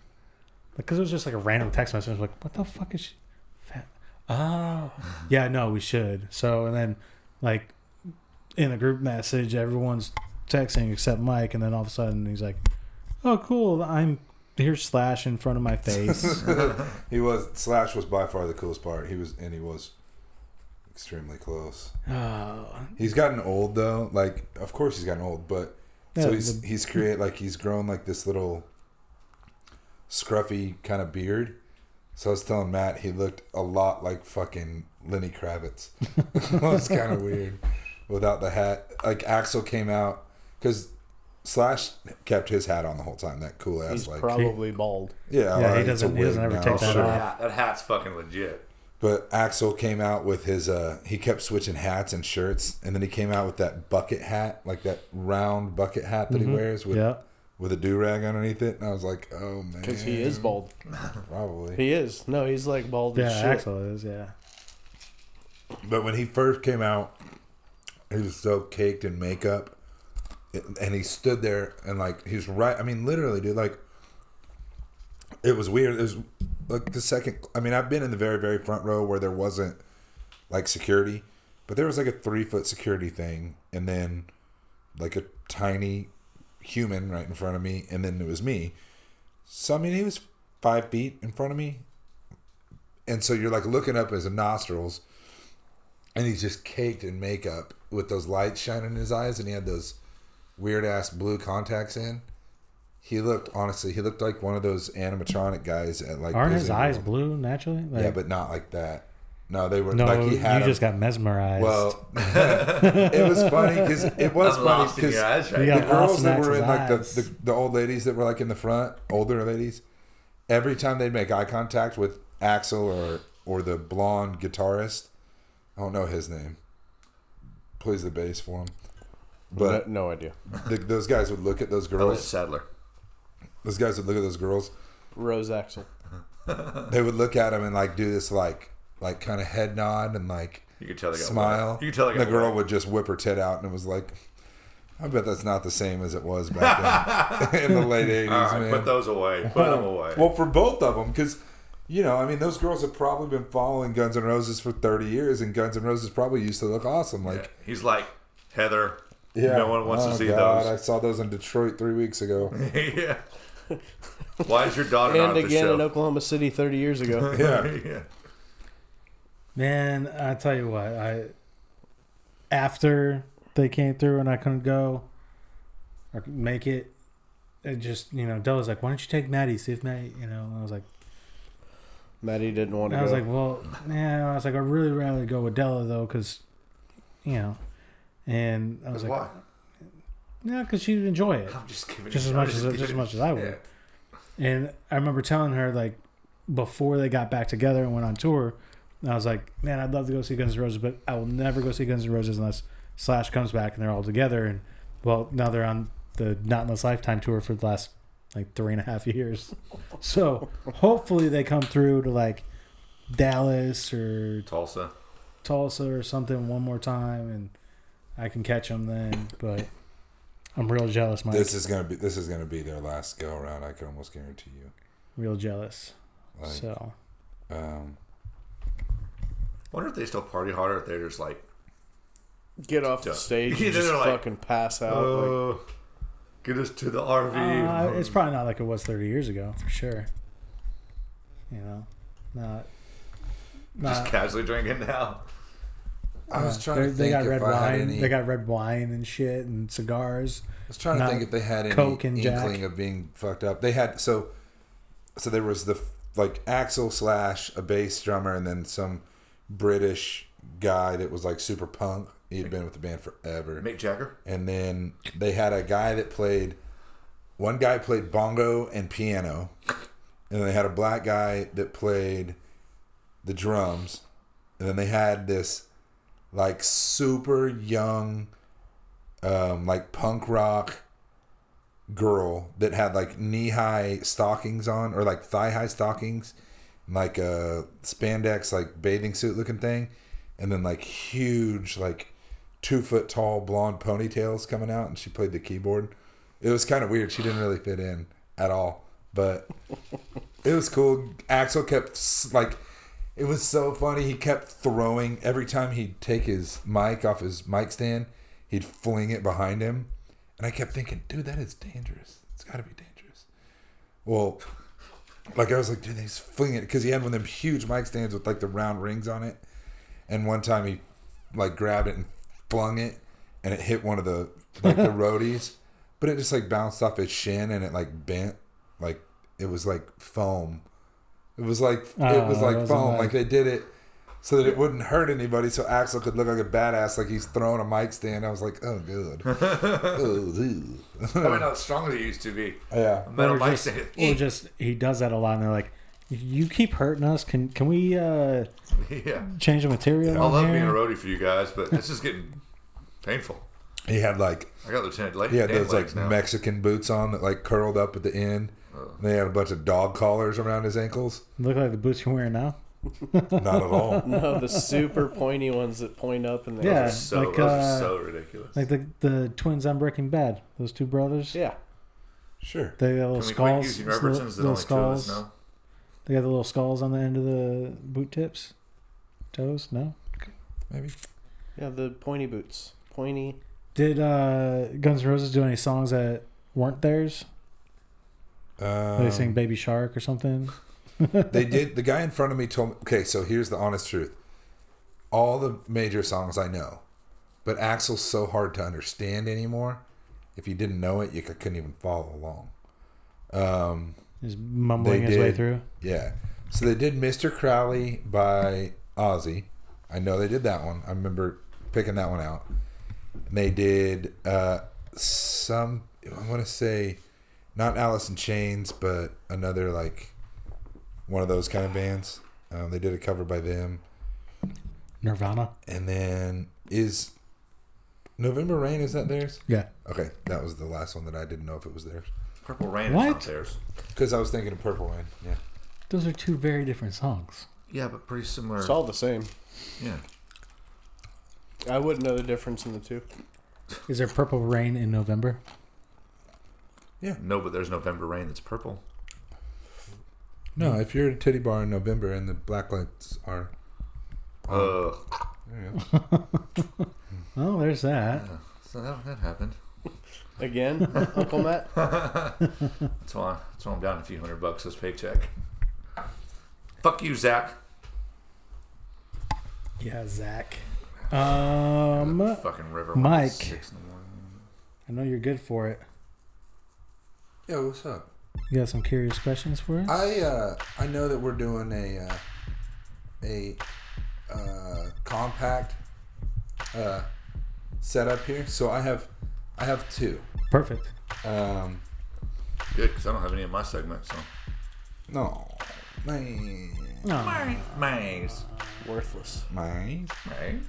Speaker 1: because it was just like a random text message. I was like, what the fuck is she? Fat? Oh, yeah, no, we should. So and then like in the group message, everyone's texting except Mike, and then all of a sudden he's like, "Oh, cool! I'm here's Slash in front of my face."
Speaker 3: he was Slash was by far the coolest part. He was and he was extremely close.
Speaker 1: oh,
Speaker 3: He's gotten old though. Like, of course he's gotten old, but so
Speaker 1: Yeah,
Speaker 3: he's he's create like he's grown like this little scruffy kind of beard. So I was telling Matt he looked a lot like fucking Lenny Kravitz. it was kind of weird without the hat. Like Axel came out because Slash kept his hat on the whole time. That cool ass
Speaker 4: He's
Speaker 3: like
Speaker 4: probably bald.
Speaker 3: yeah,
Speaker 1: he
Speaker 3: alright, it's a
Speaker 1: doesn't- he doesn't
Speaker 3: wig
Speaker 1: ever
Speaker 3: now,
Speaker 1: take that
Speaker 3: sure.
Speaker 1: off.
Speaker 2: Hat- that hat's fucking legit.
Speaker 3: But Axel came out with his uh he kept switching hats and shirts and then he came out with that bucket hat, like that round bucket hat that he wears with
Speaker 1: yeah,
Speaker 3: with a do rag underneath it and I was like, Oh man
Speaker 4: Because he is bald.
Speaker 3: probably.
Speaker 4: He is. No, he's like bald
Speaker 1: yeah,
Speaker 4: as shit.
Speaker 1: Axel is yeah.
Speaker 3: But when he first came out, he was so caked in makeup and he stood there and like he's right I mean literally dude like it was weird. It was like the second. I mean, I've been in the very, very front row where there wasn't like security, but there was like a three foot security thing, and then like a tiny human right in front of me, and then it was me. So I mean, he was five feet in front of me, and so you're like looking up his nostrils, and he's just caked in makeup with those lights shining in his eyes, and he had those weird ass blue contacts in. He looked honestly. He looked like one of those animatronic guys at like.
Speaker 1: Aren't his
Speaker 3: Disney
Speaker 1: eyes
Speaker 3: World.
Speaker 1: blue naturally? Like,
Speaker 3: Yeah, but not like that. No, they were
Speaker 1: no,
Speaker 3: like he had.
Speaker 1: you
Speaker 3: them-
Speaker 1: just got mesmerized.
Speaker 3: well, it was funny because it was
Speaker 2: I'm
Speaker 3: funny
Speaker 2: lost in your
Speaker 3: because
Speaker 2: eyes right
Speaker 1: Yeah.
Speaker 3: the
Speaker 2: now.
Speaker 3: girls
Speaker 1: Austin
Speaker 3: that were
Speaker 1: Axel's
Speaker 3: in like the,
Speaker 1: eyes.
Speaker 3: the the old ladies that were like in the front, older ladies. Every time they'd make eye contact with Axel or or the blonde guitarist, I don't know his name. Plays the bass for him, but
Speaker 4: no, no idea. the
Speaker 3: the, those guys would look at those
Speaker 2: Ellis
Speaker 3: girls.
Speaker 2: Sadler.
Speaker 3: Those guys would look at those girls,
Speaker 4: Rose Axel.
Speaker 3: they would look at him and like do this like like kind of head nod and like
Speaker 2: You could tell they got
Speaker 3: smile.
Speaker 2: wet. You could tell they
Speaker 3: And the
Speaker 2: got
Speaker 3: girl
Speaker 2: wet.
Speaker 3: would just whip her tit out and it was like, I bet that's not the same as it was back then in the late eighties,
Speaker 2: All right,
Speaker 3: man.
Speaker 2: put those away. Put them away.
Speaker 3: Well, for both of them, because you know, I mean, those girls have probably been following Guns N' Roses for thirty years, and Guns N' Roses probably used to look awesome. Like,
Speaker 2: He's like Heather.
Speaker 3: yeah,
Speaker 2: No one wants to
Speaker 3: Oh,
Speaker 2: see
Speaker 3: God,
Speaker 2: those.
Speaker 3: I saw those in Detroit three weeks ago.
Speaker 2: yeah. Why is your daughter
Speaker 4: And
Speaker 2: not at the
Speaker 4: again in
Speaker 2: show?
Speaker 4: Oklahoma City 30 years ago.
Speaker 3: Yeah,
Speaker 2: yeah.
Speaker 1: Man, I tell you what, I after they came through and I couldn't go or make it, it just you know, Dell was like, "Why don't you take Maddie? See if Maddie," you know. And I was like,
Speaker 4: Maddie didn't want
Speaker 1: And
Speaker 4: to
Speaker 1: I was
Speaker 4: go.
Speaker 1: like, well, yeah. I was like, I really rather go with Della though, because, you know, and I was like,
Speaker 2: Why?
Speaker 1: yeah, because she'd enjoy it.
Speaker 2: I'm just giving
Speaker 1: Just
Speaker 2: you
Speaker 1: as much
Speaker 2: shit.
Speaker 1: as- just as much as I would.
Speaker 2: Yeah.
Speaker 1: And I remember telling her like before they got back together and went on tour, I was like, man, I'd love to go see Guns N' Roses, but I will never go see Guns N' Roses unless Slash comes back and they're all together. And well, now they're on the Not in This Lifetime tour for the last like three and a half years. So hopefully they come through to like Dallas or
Speaker 2: Tulsa.
Speaker 1: Tulsa or something one more time, and I can catch them then. But I'm real jealous, Mike.
Speaker 3: This is gonna be this is gonna be their last go around. I can almost guarantee you.
Speaker 1: real jealous.
Speaker 3: Like,
Speaker 1: So
Speaker 3: um,
Speaker 2: Wonder if they still party hard or if they're just like,
Speaker 4: Get off
Speaker 2: Yeah.
Speaker 4: the stage
Speaker 2: They're
Speaker 4: and just
Speaker 2: like,
Speaker 4: fucking pass out. like,
Speaker 2: oh, get us to the RV.
Speaker 1: Uh, it's probably not like it was 30 years ago, for sure. You know, not.
Speaker 2: just
Speaker 1: not
Speaker 2: casually drinking now.
Speaker 3: I was
Speaker 1: uh,
Speaker 3: trying to
Speaker 1: they- they
Speaker 3: think
Speaker 1: got red
Speaker 3: if I had
Speaker 1: wine.
Speaker 3: any.
Speaker 1: They got red wine and shit and cigars.
Speaker 3: I was trying to
Speaker 1: Not
Speaker 3: think if they had any
Speaker 1: Coke and Jack.
Speaker 3: inkling of being fucked up. They had so so there was the like Axel slash a bass drummer and then some British guy that was like super punk. He had been with the band forever.
Speaker 2: Mick Jagger.
Speaker 3: And then they had a guy that played one guy played bongo and piano. And then they had a black guy that played the drums. And then they had this like super young um like punk rock girl that had like knee high stockings on or like thigh high stockings and like a spandex like bathing suit looking thing and then like huge like two foot tall blonde ponytails coming out and she played the keyboard it was kind of weird she didn't really fit in at all but it was cool axel kept s- like it was so funny he kept throwing every time he'd take his mic off his mic stand he'd fling it behind him and i kept thinking dude that is dangerous it's got to be dangerous well like I was like, dude, he's flinging it because he had one of them huge mic stands with like the round rings on it, and one time he like grabbed it and flung it, and it hit one of the like the roadies, but it just like bounced off his shin and it like bent, like it was like foam. It was like it was
Speaker 1: Oh,
Speaker 3: like
Speaker 1: those are
Speaker 3: foam.
Speaker 1: nice.
Speaker 3: Like they did it so that it wouldn't hurt anybody, so Axel could look like a badass, like he's throwing a mic stand. I was like, oh good, oh, dude.
Speaker 2: Probably not as strong as he used to be.
Speaker 3: yeah.
Speaker 2: Metal
Speaker 1: or,
Speaker 2: Mike
Speaker 1: just,
Speaker 2: said,
Speaker 1: or just, he does that a lot, and they're like, you keep hurting us. Can can we uh,
Speaker 2: yeah.
Speaker 1: change the material?
Speaker 2: I
Speaker 3: Oh,
Speaker 1: on
Speaker 2: love
Speaker 1: here?
Speaker 2: being a roadie for you guys, but this is getting painful.
Speaker 3: He had like
Speaker 2: I got Lieutenant Lake.
Speaker 3: He had those like
Speaker 2: now.
Speaker 3: Mexican boots on that like curled up at the end. And they had a bunch of dog collars around his ankles.
Speaker 1: Look like the boots you're wearing now.
Speaker 3: Not at all.
Speaker 4: no, the super pointy ones that point up and they
Speaker 1: Yeah.
Speaker 2: so,
Speaker 1: like,
Speaker 2: those
Speaker 1: uh,
Speaker 2: are so ridiculous.
Speaker 1: Like the the twins on Breaking Bad. Those two brothers.
Speaker 4: yeah.
Speaker 3: Sure.
Speaker 1: They got little
Speaker 2: Can we quit
Speaker 1: skulls.
Speaker 2: using
Speaker 1: Little,
Speaker 2: Robertsons? There's
Speaker 1: little
Speaker 2: only two of us
Speaker 1: skulls.
Speaker 2: now.
Speaker 1: They got the little skulls on the end of the boot tips, toes. No.
Speaker 3: Maybe.
Speaker 4: Yeah, the pointy boots. Pointy.
Speaker 1: Did uh, Guns N' Roses do any songs that weren't theirs? Did
Speaker 3: Um,
Speaker 1: they sing Baby Shark or something?
Speaker 3: they did. The guy in front of me told me. Okay, so here's the honest truth. All the major songs I know, but Axel's so hard to understand anymore. If you didn't know it, you c- couldn't even follow along. Um,
Speaker 1: Just mumbling
Speaker 3: They
Speaker 1: his way
Speaker 3: did.
Speaker 1: through.
Speaker 3: Yeah. So they did Mr. Crowley by Ozzy. I know they did that one. I remember picking that one out. And they did uh, some, I want to say, not Alice in Chains, but another, like, one of those kind of bands. Um, they did a cover by them.
Speaker 1: Nirvana.
Speaker 3: And then is November Rain, is that theirs?
Speaker 1: Yeah.
Speaker 3: Okay, that was the last one that I didn't know if it was theirs.
Speaker 2: Purple Rain is
Speaker 1: What?
Speaker 2: not theirs.
Speaker 3: Because I was thinking of Purple Rain. Yeah.
Speaker 1: Those are two very different songs.
Speaker 2: Yeah, but pretty similar.
Speaker 4: It's all the same.
Speaker 2: Yeah.
Speaker 4: I wouldn't know the difference in the two.
Speaker 1: Is there Purple Rain in November?
Speaker 2: No, but there's November Rain that's purple.
Speaker 3: No, if you're at a titty bar in November and the black lights are
Speaker 2: Ugh.
Speaker 3: There you go.
Speaker 1: Oh, there's that.
Speaker 2: So that, that happened.
Speaker 4: Again, Uncle Matt.
Speaker 2: That's why, that's why I'm down a few hundred bucks this paycheck. Fuck you, Zach.
Speaker 1: Yeah, Zach. Um, I
Speaker 2: Fucking river.
Speaker 1: Mike.
Speaker 2: It's Six in the morning.
Speaker 1: know you're good for it.
Speaker 3: Yo, what's up?
Speaker 1: You got some curious questions for us?
Speaker 3: I uh, I know that we're doing a uh, a uh, compact uh, setup here, so I have I have two.
Speaker 1: Perfect.
Speaker 3: Um,
Speaker 2: Good, because I don't have any of my segments. So.
Speaker 3: no, man,
Speaker 1: No.
Speaker 2: Maze.
Speaker 4: Worthless.
Speaker 3: man.
Speaker 2: Maze.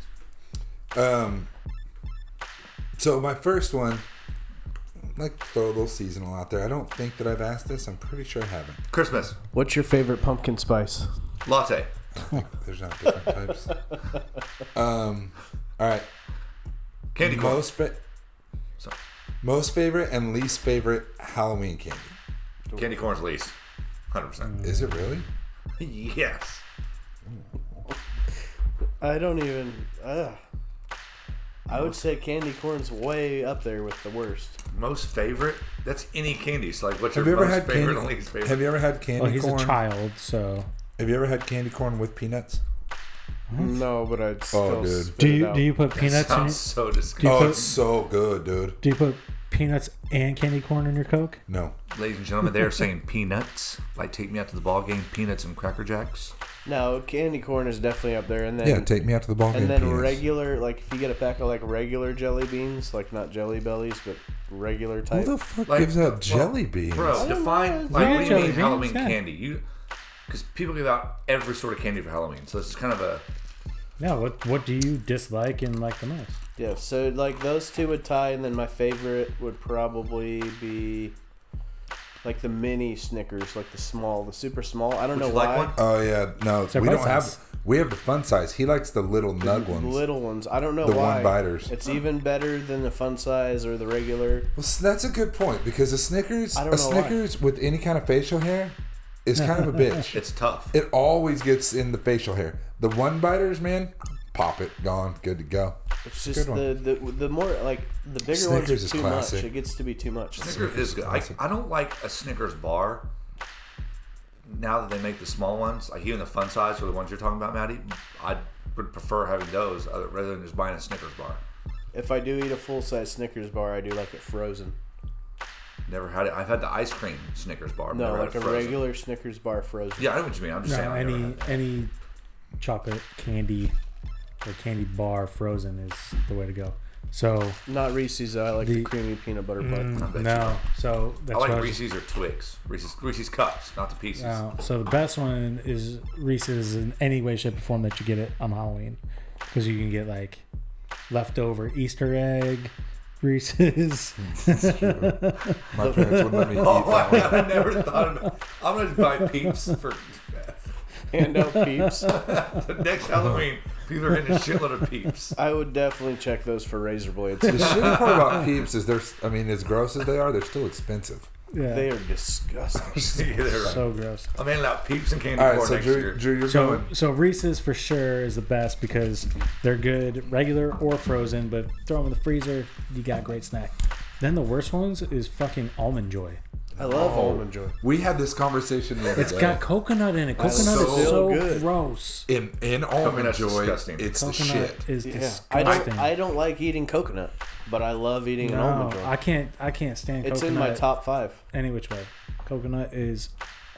Speaker 3: Um, so my first one, like throw a little seasonal out there. I don't think that I've asked this. I'm pretty sure I haven't.
Speaker 2: Christmas.
Speaker 4: What's your favorite pumpkin spice?
Speaker 2: Latte.
Speaker 3: There's not different types. Um, all right.
Speaker 2: Candy corn.
Speaker 3: Most fa-
Speaker 2: Sorry.
Speaker 3: most favorite and least favorite Halloween candy.
Speaker 2: Candy corn's least. 100%.
Speaker 3: Is it really?
Speaker 2: yes.
Speaker 4: I don't even. Uh, I would say candy corn's way up there with the worst.
Speaker 2: Most favorite? That's any candy. So, like, what's your
Speaker 3: Have you ever
Speaker 2: most
Speaker 3: had
Speaker 2: favorite and
Speaker 3: candy?
Speaker 2: least favorite?
Speaker 3: Have you ever had candy
Speaker 1: Well, Oh, he's
Speaker 3: corn?
Speaker 1: a child, so.
Speaker 3: Have you ever had candy corn with peanuts?
Speaker 4: No, but I'd still.
Speaker 3: dude.
Speaker 4: spit
Speaker 1: Do
Speaker 4: it
Speaker 1: you
Speaker 4: out.
Speaker 1: do you put
Speaker 2: that
Speaker 1: peanuts in
Speaker 2: sounds
Speaker 1: your,
Speaker 2: so
Speaker 1: You
Speaker 2: disgusting.
Speaker 3: oh,
Speaker 1: put-
Speaker 3: it's so good, dude.
Speaker 1: Do you put peanuts and candy corn in your Coke?
Speaker 3: No,
Speaker 2: Ladies and gentlemen, they are saying peanuts. Like, take me out to the ball game, peanuts and Cracker Jacks.
Speaker 4: No, candy corn is definitely up there, and then
Speaker 3: yeah, take me out to the ball game.
Speaker 4: and then
Speaker 3: peanuts.
Speaker 4: regular like if you get a pack of like regular jelly beans, like not jelly bellies, but regular
Speaker 3: Who
Speaker 4: type.
Speaker 3: the fuck
Speaker 2: Like,
Speaker 3: gives out
Speaker 2: well,
Speaker 3: jelly beans?
Speaker 2: Bro, define.
Speaker 4: know.
Speaker 2: Like,
Speaker 1: Yeah,
Speaker 2: what do you
Speaker 1: jelly
Speaker 2: mean
Speaker 1: beans,
Speaker 2: Halloween
Speaker 1: yeah.
Speaker 2: candy? You. Because people give out every sort of candy for Halloween. So, it's kind of a.
Speaker 1: Yeah. What What do you dislike and like the most?
Speaker 4: Yeah, so like those two would tie, and then my favorite would probably be like the mini Snickers, like the small, the super small. I don't
Speaker 2: Would
Speaker 4: know
Speaker 2: you
Speaker 4: why.
Speaker 2: like one?
Speaker 3: Oh yeah, no,
Speaker 1: our
Speaker 3: we
Speaker 1: bite
Speaker 3: don't
Speaker 1: size.
Speaker 3: have. We have the fun size. He likes the little nug ones.
Speaker 4: Little ones. I don't know
Speaker 3: The
Speaker 4: why.
Speaker 3: one-biters.
Speaker 4: It's even better than the fun size or the regular.
Speaker 3: Well, s- that's a good point because a Snickers,
Speaker 4: I don't
Speaker 3: a
Speaker 4: know why.
Speaker 3: Snickers with any kind of facial hair, is kind of a bitch.
Speaker 2: It's tough.
Speaker 3: It always gets in the facial hair. The one biters, man, pop it, gone, good to go.
Speaker 4: It's just
Speaker 3: Good
Speaker 4: the, the the more like the bigger ones
Speaker 3: Snickers
Speaker 4: are
Speaker 3: is
Speaker 4: too
Speaker 3: classic.
Speaker 4: much. It gets to be too much.
Speaker 2: Snickers is good. I, I don't like a Snickers bar. Now that they make the small ones, like even the fun size or the ones you're talking about, Maddie, I would prefer having those other- rather than just buying a Snickers bar.
Speaker 4: If I do eat a full size Snickers bar, I do like it frozen.
Speaker 2: Never had it. I've had the ice cream Snickers bar. but
Speaker 4: No,
Speaker 2: never had
Speaker 4: like
Speaker 2: it
Speaker 4: a
Speaker 2: frozen.
Speaker 4: regular Snickers bar frozen.
Speaker 2: Yeah, I know what you mean. I'm just saying.
Speaker 1: No,
Speaker 2: I've never
Speaker 1: any
Speaker 2: had that.
Speaker 1: any chocolate candy or candy bar frozen is the way to go. So
Speaker 4: Not Reese's though. I like the,
Speaker 1: The- Mm.
Speaker 4: creamy peanut butter bun.
Speaker 2: Mm. bet you
Speaker 1: no, so that's
Speaker 2: I
Speaker 1: what
Speaker 2: like
Speaker 1: was-
Speaker 2: Reese's or Twix. Reese's Reese's cups, not the pieces.
Speaker 1: Uh, so the best one is Reese's in any way, shape, or form that you get it on Halloween, because you can get like leftover Easter egg Reese's.
Speaker 3: My parents would let me eat
Speaker 2: Oh,
Speaker 3: that one.
Speaker 2: I, I never thought of it. I'm gonna buy peeps for
Speaker 4: And out peeps.
Speaker 2: the next Halloween. People are getting a shitload of peeps.
Speaker 4: I would definitely check those for razor blades.
Speaker 3: The shitty part about Peeps is they're, I mean, as gross as they are, they're still expensive.
Speaker 1: yeah,
Speaker 4: They are disgusting.
Speaker 2: yeah, they're right.
Speaker 1: so gross.
Speaker 2: I'm handing out peeps and candy
Speaker 3: All right,
Speaker 2: corn
Speaker 3: so
Speaker 2: next year.
Speaker 3: Drew, Drew you're
Speaker 1: So,
Speaker 3: going.
Speaker 1: so Reese's for sure is the best because they're good, regular or frozen. But throw them in the freezer, you got a great snack. Then the worst ones is fucking almond joy.
Speaker 4: I love
Speaker 1: Oh,
Speaker 4: almond joy.
Speaker 3: We had this conversation the other
Speaker 1: It's
Speaker 3: day.
Speaker 1: got coconut in it. Coconut
Speaker 4: That's
Speaker 1: is
Speaker 3: so
Speaker 1: so,
Speaker 4: good.
Speaker 1: gross.
Speaker 3: in in almond
Speaker 2: Coconut's
Speaker 3: joy.
Speaker 2: disgusting.
Speaker 3: It's the
Speaker 1: Coconut
Speaker 3: shit.
Speaker 1: is
Speaker 4: Yeah, I
Speaker 1: disgusting.
Speaker 4: don't. I don't like eating coconut, but I love eating an
Speaker 1: no,
Speaker 4: almond joy.
Speaker 1: I can't. I can't stand.
Speaker 4: it's
Speaker 1: coconut.
Speaker 4: in my top five.
Speaker 1: any which way. Coconut is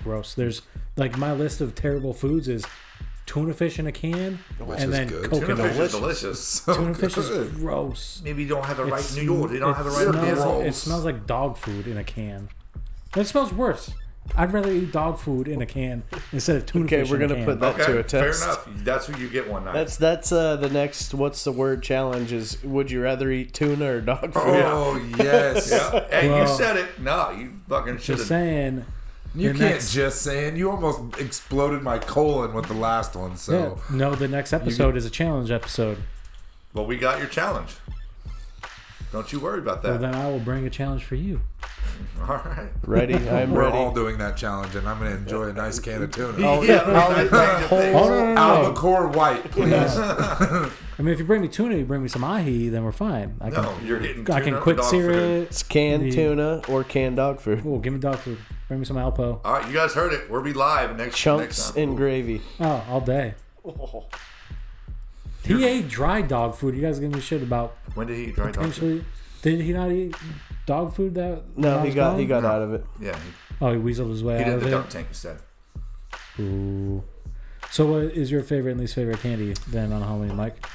Speaker 1: gross. There's like my list of terrible foods is tuna fish in a can,
Speaker 3: Which
Speaker 1: and
Speaker 3: is
Speaker 1: then
Speaker 3: good.
Speaker 1: coconut.
Speaker 2: Tuna
Speaker 1: Tuna
Speaker 2: fish
Speaker 1: fish,
Speaker 2: is delicious.
Speaker 3: So
Speaker 1: is
Speaker 3: good.
Speaker 1: gross.
Speaker 2: Maybe you don't have the
Speaker 1: It
Speaker 2: right
Speaker 1: sm-
Speaker 2: noodle. They don't
Speaker 1: it
Speaker 2: have the right
Speaker 1: smells,
Speaker 2: rolls.
Speaker 1: It smells like dog food in a can. It smells worse. I'd rather eat dog food in a can instead of tuna
Speaker 4: Okay,
Speaker 1: fish.
Speaker 4: we're
Speaker 1: in a
Speaker 4: gonna
Speaker 1: can.
Speaker 4: put that
Speaker 2: okay,
Speaker 4: to a test.
Speaker 2: Fair enough. That's what you get one night.
Speaker 4: That's that's uh, the next. What's the word challenge? Is would you rather eat tuna or dog food?
Speaker 3: Oh yes.
Speaker 2: yeah. Hey,
Speaker 1: Well-
Speaker 2: you said it. No, you fucking should
Speaker 1: Just
Speaker 2: have.
Speaker 1: saying.
Speaker 3: You
Speaker 1: the
Speaker 3: can't
Speaker 1: next-
Speaker 3: just saying. You almost exploded my colon with the last one.
Speaker 1: yeah,
Speaker 3: So
Speaker 2: Oh.
Speaker 1: no, the next episode is a challenge episode.
Speaker 2: Well, we got your challenge. Don't you worry about
Speaker 1: Well,
Speaker 2: that.
Speaker 1: then I will bring a challenge for you.
Speaker 2: All right.
Speaker 4: Ready? I'm
Speaker 3: we're
Speaker 4: ready.
Speaker 3: all doing that challenge, and I'm gonna enjoy a nice can of tuna.
Speaker 2: Oh, yeah.
Speaker 1: Oh
Speaker 2: I'll,
Speaker 1: no, no, no, no.
Speaker 3: Albacore white, please.
Speaker 1: I mean, if you bring me tuna, you bring me some ahi, then we're fine. I can,
Speaker 2: no, you're getting.
Speaker 1: I
Speaker 2: tuna
Speaker 1: can
Speaker 2: and
Speaker 1: quick
Speaker 2: dog
Speaker 1: sear
Speaker 2: food.
Speaker 1: it.
Speaker 4: It's canned
Speaker 1: The-
Speaker 4: tuna or canned dog food.
Speaker 1: Oh, give me dog food. Bring me some Alpo.
Speaker 2: All right, you guys heard it. We'll be live next next
Speaker 4: Chunks
Speaker 2: time.
Speaker 4: and gravy.
Speaker 1: Oh, all day.
Speaker 2: Oh.
Speaker 1: He ate dry dog food. You guys give me shit about
Speaker 2: When did he eat dry dog? food?
Speaker 1: potentially. Did he not eat dog food that?
Speaker 4: No,
Speaker 1: that
Speaker 4: he
Speaker 1: was
Speaker 4: got
Speaker 1: gone?
Speaker 4: he got out of it.
Speaker 2: Yeah. he-
Speaker 1: Oh, he weaseled his way
Speaker 2: He
Speaker 1: out
Speaker 2: did
Speaker 1: of
Speaker 2: the
Speaker 1: it.
Speaker 2: dunk tank instead.
Speaker 1: Ooh. So, what is your favorite and least favorite candy then on Halloween, Mike?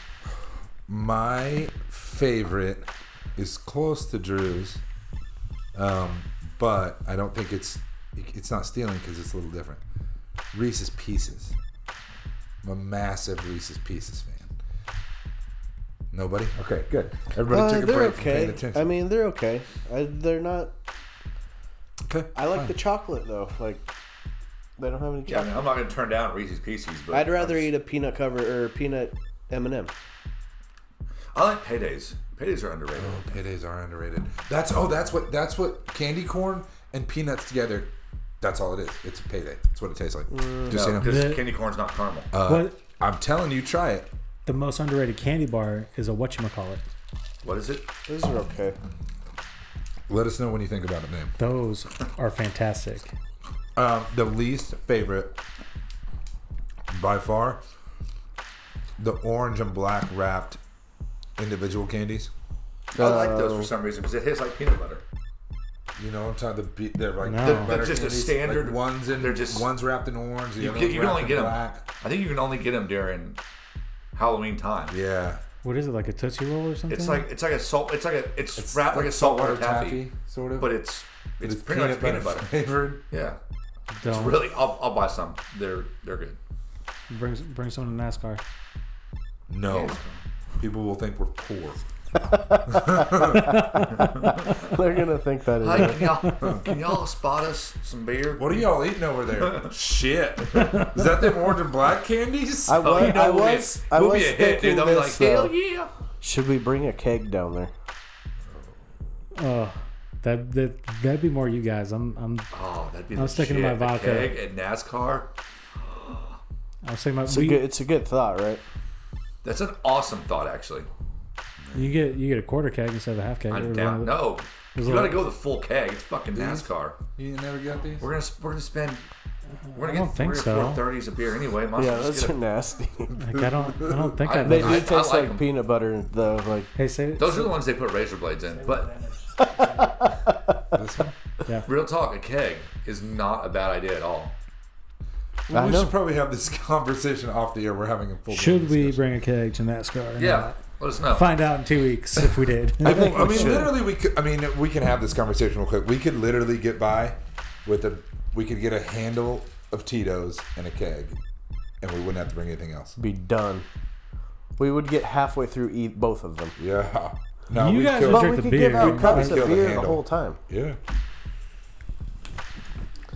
Speaker 3: My favorite is close to Drew's, um, but I don't think it's it's not stealing because it's a little different. Reese's Pieces. I'm a massive Reese's Pieces fan. Nobody? Okay, good. Everybody
Speaker 4: Uh,
Speaker 3: took a
Speaker 4: they're
Speaker 3: break from paying
Speaker 4: okay.
Speaker 3: attention.
Speaker 4: I mean, they're okay. I, they're not.
Speaker 3: okay,
Speaker 4: I like
Speaker 3: fine.
Speaker 4: the chocolate though. Like, they don't have any
Speaker 2: Yeah, I
Speaker 4: chocolate.
Speaker 2: mean, I'm not gonna turn down Reese's Pieces, but
Speaker 4: I'd rather eat a peanut cover or peanut M and M.
Speaker 2: I like paydays. Paydays are underrated.
Speaker 3: Paydays are underrated. That's oh, that's what that's what candy corn and peanuts together. That's all it is. It's a payday. That's what it tastes like.
Speaker 4: Mm,
Speaker 3: Just
Speaker 2: No,
Speaker 3: saying.
Speaker 2: because
Speaker 1: The-
Speaker 2: candy corn's not caramel.
Speaker 1: what
Speaker 3: I'm telling you, try it.
Speaker 1: the most underrated candy bar is a whatchamacallit.
Speaker 2: what is it?
Speaker 4: Those are okay.
Speaker 3: Let us know when you think about it, name.
Speaker 1: Those are fantastic.
Speaker 3: Um, the least favorite by far, the orange and black wrapped individual candies.
Speaker 2: I like those for some reason because it tastes like peanut butter.
Speaker 3: You know, what I'm talking the beat. They're like
Speaker 1: No.
Speaker 3: the
Speaker 1: They're
Speaker 3: butter
Speaker 2: just a
Speaker 3: candies,
Speaker 2: standard-
Speaker 3: Like ones in
Speaker 2: they're just-
Speaker 3: ones wrapped in orange. The
Speaker 2: You,
Speaker 3: other
Speaker 2: can,
Speaker 3: ones
Speaker 2: you can only
Speaker 3: wrapped
Speaker 2: get
Speaker 3: in
Speaker 2: them.
Speaker 3: black.
Speaker 2: I think you can only get them during Halloween time.
Speaker 3: Yeah,
Speaker 1: What is it, like a Tootsie Roll or something?
Speaker 2: It's like it's like a salt. It's like a it's,
Speaker 3: It's
Speaker 2: wrapped like, a saltwater taffy,
Speaker 3: sort of.
Speaker 2: but it's it's, pretty much peanut butter.
Speaker 3: flavored.
Speaker 2: Yeah,
Speaker 1: Don't.
Speaker 2: really. I'll, I'll buy some. They're they're good.
Speaker 1: bring, bring some to NASCAR.
Speaker 3: No,
Speaker 2: Yeah.
Speaker 3: people will think we're poor.
Speaker 4: They're gonna think that is.
Speaker 2: Hi, can y'all can y'all spot us some beer?
Speaker 3: What are y'all eating over there? Shit, is that them orange and black candies?
Speaker 4: I was,
Speaker 2: you know
Speaker 4: I
Speaker 2: we'll be-
Speaker 4: was, I
Speaker 2: we'll
Speaker 4: was
Speaker 2: be a hit, dude.
Speaker 4: thinking
Speaker 2: They'll be
Speaker 4: this,
Speaker 2: like,
Speaker 4: though.
Speaker 2: hell yeah.
Speaker 4: Should we bring a keg down there?
Speaker 1: Oh, that, that, that'd be more you guys. I'm, I'm,
Speaker 2: Oh, that'd be.
Speaker 1: I was sticking to my vodka.
Speaker 2: Keg and NASCAR.
Speaker 1: I'll say my,
Speaker 4: It's a
Speaker 1: we,
Speaker 4: good, it's a good thought, right?
Speaker 2: That's an awesome thought, actually.
Speaker 1: you get, you get a quarter keg instead of a half keg. Or
Speaker 2: I'm
Speaker 1: one
Speaker 2: down.
Speaker 1: of the-
Speaker 2: No, you
Speaker 1: a
Speaker 2: gotta
Speaker 1: lot-
Speaker 2: go the full keg. It's fucking NASCAR.
Speaker 3: You never got these.
Speaker 2: We're gonna we're gonna spend. We're
Speaker 1: I
Speaker 2: gonna
Speaker 1: don't
Speaker 2: get
Speaker 1: think
Speaker 2: three
Speaker 1: so.
Speaker 2: or four thirties of beer anyway. Might as
Speaker 4: Yeah,
Speaker 2: well just
Speaker 4: those
Speaker 2: get
Speaker 4: are
Speaker 2: a-
Speaker 4: nasty.
Speaker 1: Like, I don't, I don't think
Speaker 2: I-
Speaker 1: I, have
Speaker 4: they
Speaker 1: that.
Speaker 4: do
Speaker 2: I
Speaker 4: taste
Speaker 2: like
Speaker 4: like,
Speaker 2: 'em.
Speaker 4: peanut butter, though. Like,
Speaker 1: Hey, say it.
Speaker 2: those are the ones they put razor blades in. But
Speaker 3: This one?
Speaker 2: real talk, a keg is not a bad idea at all.
Speaker 4: I
Speaker 3: we
Speaker 4: know.
Speaker 3: should probably have this conversation off the air. We're having a full.
Speaker 1: Should we bring a keg to NASCAR? or
Speaker 2: Yeah,
Speaker 1: not?
Speaker 2: let us know.
Speaker 1: Find out in two weeks if we did.
Speaker 3: I,
Speaker 4: think we
Speaker 3: mean,
Speaker 4: should.
Speaker 3: literally, we could. I mean, we can have this conversation real quick. We could literally get by with a. We could get a handle of Tito's and a keg, and we wouldn't have to bring anything else.
Speaker 4: be done. We would get halfway through eat both of them.
Speaker 3: Yeah. No,
Speaker 1: You
Speaker 3: we
Speaker 1: guys
Speaker 3: could.
Speaker 1: are-
Speaker 4: But
Speaker 1: drink
Speaker 4: we
Speaker 1: the
Speaker 4: could
Speaker 1: beer.
Speaker 4: give out
Speaker 1: We'd
Speaker 4: cups
Speaker 3: probably
Speaker 4: of
Speaker 3: kill the
Speaker 4: beer the
Speaker 3: handle.
Speaker 4: whole time.
Speaker 3: yeah.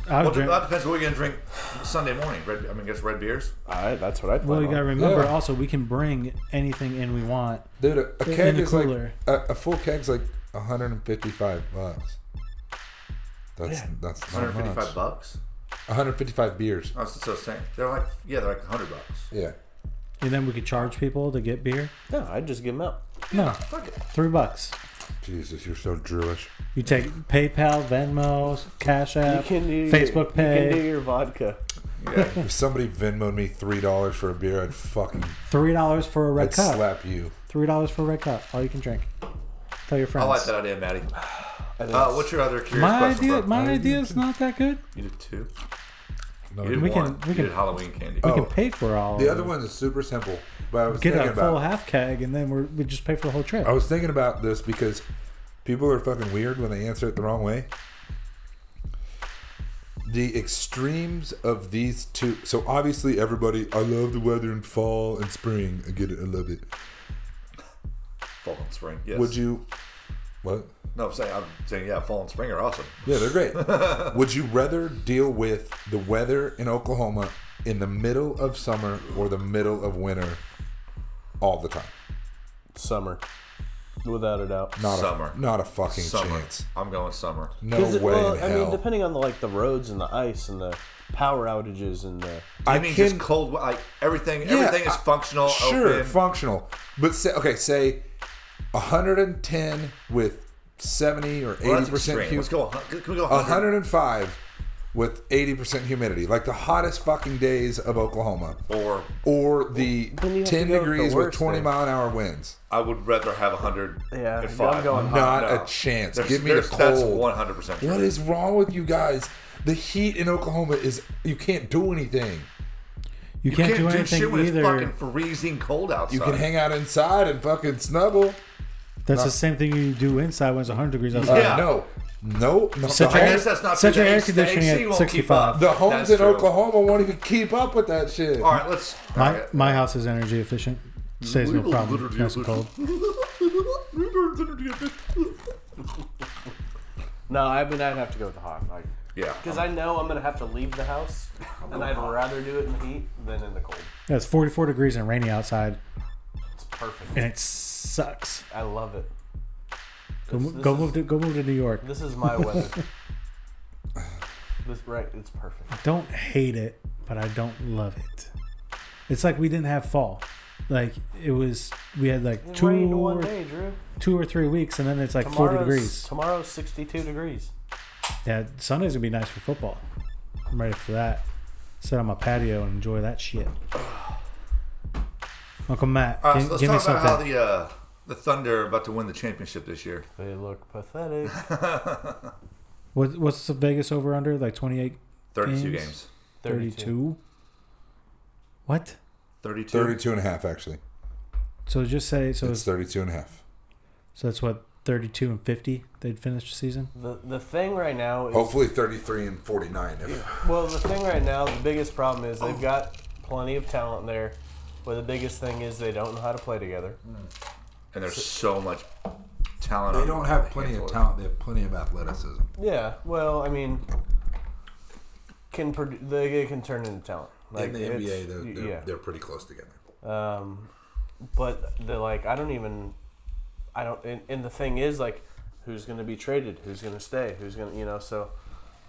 Speaker 1: I'll
Speaker 2: Well,
Speaker 1: drink.
Speaker 2: that depends what we're gonna drink Sunday morning. Red, I mean, guess red beers.
Speaker 4: All right, that's what I
Speaker 1: Well,
Speaker 4: plan
Speaker 1: you
Speaker 4: on.
Speaker 1: gotta remember
Speaker 3: Yeah.
Speaker 1: also we can bring anything in we want.
Speaker 3: Dude, a, a
Speaker 1: In
Speaker 3: keg
Speaker 1: the
Speaker 3: is like
Speaker 1: cooler.
Speaker 3: a, a full keg's like 155 bucks. That's that's not
Speaker 2: 155
Speaker 3: much.
Speaker 2: bucks.
Speaker 3: 155 beers.
Speaker 1: Oh.
Speaker 2: That's so saying. They're like yeah, they're like 100 bucks.
Speaker 3: Yeah.
Speaker 1: And then we could charge people to get beer.
Speaker 4: No, I'd just give them out.
Speaker 1: No,
Speaker 2: Fuck it.
Speaker 1: three bucks.
Speaker 3: Jesus, you're so Drewish.
Speaker 1: You take PayPal, Venmo, Cash
Speaker 4: You
Speaker 1: App,
Speaker 4: can do your,
Speaker 1: Facebook
Speaker 4: You can do
Speaker 1: Pay.
Speaker 4: your vodka.
Speaker 2: Yeah.
Speaker 3: If somebody Venmoed me three dollars for a beer, I'd fucking
Speaker 1: Three dollars for a red
Speaker 3: I'd
Speaker 1: cup.
Speaker 3: slap you.
Speaker 1: Three dollars for a red cup. All you can drink. Tell your
Speaker 2: I
Speaker 1: friends.
Speaker 2: like that idea, Maddie.
Speaker 4: I think
Speaker 2: Uh, what's your other curious
Speaker 1: My
Speaker 2: question?
Speaker 1: idea,
Speaker 2: bro?
Speaker 1: my idea's not that good.
Speaker 2: you did two.
Speaker 3: No,
Speaker 2: You did
Speaker 1: We can-
Speaker 2: one.
Speaker 1: we
Speaker 2: you
Speaker 1: can-
Speaker 2: did Halloween candy.
Speaker 1: We
Speaker 3: Oh.
Speaker 1: can pay for all.
Speaker 3: The
Speaker 1: of
Speaker 3: other
Speaker 1: it.
Speaker 3: one is super simple, but I was
Speaker 1: Get
Speaker 3: thinking
Speaker 1: a full
Speaker 3: about. Oh,
Speaker 1: half keg, and then we're, we just pay for the whole trip.
Speaker 3: I was thinking about this because people are fucking weird when they answer it the wrong way. The extremes of these two. So obviously, everybody, I love the weather in fall and spring. I get it. I love it.
Speaker 2: Fall and spring. Yes.
Speaker 3: Would you? What?
Speaker 2: No, I'm saying I'm saying yeah, fall and spring are awesome.
Speaker 3: Yeah, they're great. Would you rather deal with the weather in Oklahoma in the middle of summer or the middle of winter all the time?
Speaker 4: summer, without a doubt.
Speaker 3: Not
Speaker 2: Summer.
Speaker 3: A, not a fucking
Speaker 2: Summer.
Speaker 3: chance.
Speaker 2: I'm going summer.
Speaker 3: No
Speaker 4: 'Cause it-
Speaker 3: way
Speaker 4: well,
Speaker 3: in
Speaker 4: I
Speaker 3: hell.
Speaker 4: mean, depending on the like the roads and the ice and the power outages and the
Speaker 2: I
Speaker 3: I
Speaker 2: mean,
Speaker 3: can-
Speaker 2: just cold, like everything.
Speaker 3: Yeah,
Speaker 2: everything is
Speaker 3: I-
Speaker 2: functional.
Speaker 3: Sure,
Speaker 2: open.
Speaker 3: functional. But say, okay, say 110 with 70 or 80
Speaker 2: Well, that's
Speaker 3: percent
Speaker 2: extreme. Let's
Speaker 3: humidity.
Speaker 2: go. a hun- Can we go 100?
Speaker 3: 105 with 80% humidity, like the hottest fucking days of Oklahoma,
Speaker 2: Or
Speaker 3: or the
Speaker 4: Then you have
Speaker 3: 10
Speaker 4: to go with the
Speaker 3: degrees with
Speaker 4: worst
Speaker 3: 20
Speaker 4: then.
Speaker 3: mile an hour winds.
Speaker 2: I would rather have 100
Speaker 4: Yeah,
Speaker 2: and 5.
Speaker 4: I'm going
Speaker 3: Not a chance.
Speaker 2: Uh, There's-
Speaker 3: Give me the
Speaker 2: there's- That's
Speaker 3: cold.
Speaker 2: 100% true.
Speaker 3: What is wrong with you guys? The heat in Oklahoma is you can't do anything.
Speaker 1: You,
Speaker 2: You
Speaker 1: can't,
Speaker 2: can't,
Speaker 1: do
Speaker 2: do,
Speaker 1: anything
Speaker 2: shit when
Speaker 1: either.
Speaker 2: it's fucking freezing cold outside.
Speaker 3: You can hang out inside and fucking snuggle.
Speaker 1: That's the same thing you do inside when it's 100 degrees
Speaker 3: Uh,
Speaker 1: outside.
Speaker 2: Yeah.
Speaker 3: No, no, no.
Speaker 1: Set
Speaker 3: The,
Speaker 1: your
Speaker 2: I
Speaker 1: air-
Speaker 2: guess that's not
Speaker 1: set
Speaker 2: true.
Speaker 1: your air
Speaker 2: AC
Speaker 1: conditioning at
Speaker 2: won't keep
Speaker 1: 65.
Speaker 2: up.
Speaker 3: the homes
Speaker 2: That's
Speaker 3: in
Speaker 2: true.
Speaker 3: Oklahoma won't even keep up with that shit.
Speaker 2: All right, let's. all
Speaker 1: My,
Speaker 2: right.
Speaker 1: my house is energy efficient. Stays no problem. Nice and cold.
Speaker 4: No, I mean I'd have to go with the hot, like
Speaker 2: Yeah.
Speaker 4: because I know I'm gonna have to leave the house, and I'd rather do it in the heat than in the cold.
Speaker 1: Yeah, it's 44 degrees and rainy outside,
Speaker 4: It's perfect.
Speaker 1: and it sucks.
Speaker 4: I love it.
Speaker 1: Go,
Speaker 4: This-
Speaker 1: mo-
Speaker 4: this
Speaker 1: go
Speaker 4: is-
Speaker 1: move to go move to New York.
Speaker 4: This is my weather. this right, it's perfect.
Speaker 1: Don't hate it, but I don't love it. It's like we didn't have fall. Like it was, we had like
Speaker 4: It
Speaker 1: two
Speaker 4: rained one
Speaker 1: or,
Speaker 4: day, Drew.
Speaker 1: two or three weeks, and then it's like 40
Speaker 4: Tomorrow's-
Speaker 1: degrees.
Speaker 4: Tomorrow's 62 degrees.
Speaker 1: Yeah, Sunday's gonna be nice for football. I'm ready for that. Sit on my patio and enjoy that shit. Uncle Matt,
Speaker 2: All right,
Speaker 1: gi-
Speaker 2: so let's
Speaker 1: give me
Speaker 2: talk about how
Speaker 1: something.
Speaker 2: the uh, the Thunder are about to win the championship this year.
Speaker 4: They look pathetic.
Speaker 1: What, what's the Vegas over under? Like 28,
Speaker 2: 32
Speaker 1: Games.
Speaker 2: games.
Speaker 1: 32?
Speaker 4: 32.
Speaker 1: What?
Speaker 2: 32.
Speaker 3: 32 and a half, actually.
Speaker 1: So just say so.
Speaker 3: It's 32 and a half.
Speaker 1: so that's what 32 and 50 they'd finish the season.
Speaker 4: The the thing right now
Speaker 1: Oh.
Speaker 4: is
Speaker 3: Hopefully 33 and 49. If,
Speaker 4: well the thing right now the biggest problem is
Speaker 1: Oh.
Speaker 4: they've got plenty of talent there, but the biggest thing is they don't know how to play together.
Speaker 2: And there's so much talent.
Speaker 3: they
Speaker 2: on
Speaker 3: don't
Speaker 2: the
Speaker 3: have plenty
Speaker 2: handful
Speaker 3: of talent. They have plenty of athleticism.
Speaker 4: Yeah, well I mean, can produ- they, they can turn into talent.
Speaker 3: in the
Speaker 4: it's-
Speaker 3: NBA, they're, they're,
Speaker 4: yeah.
Speaker 3: they're pretty close together.
Speaker 4: Um, but the like, I don't even, I don't. And, and the thing is, like, who's going to be traded? Who's going to stay? Who's going to, you know? So,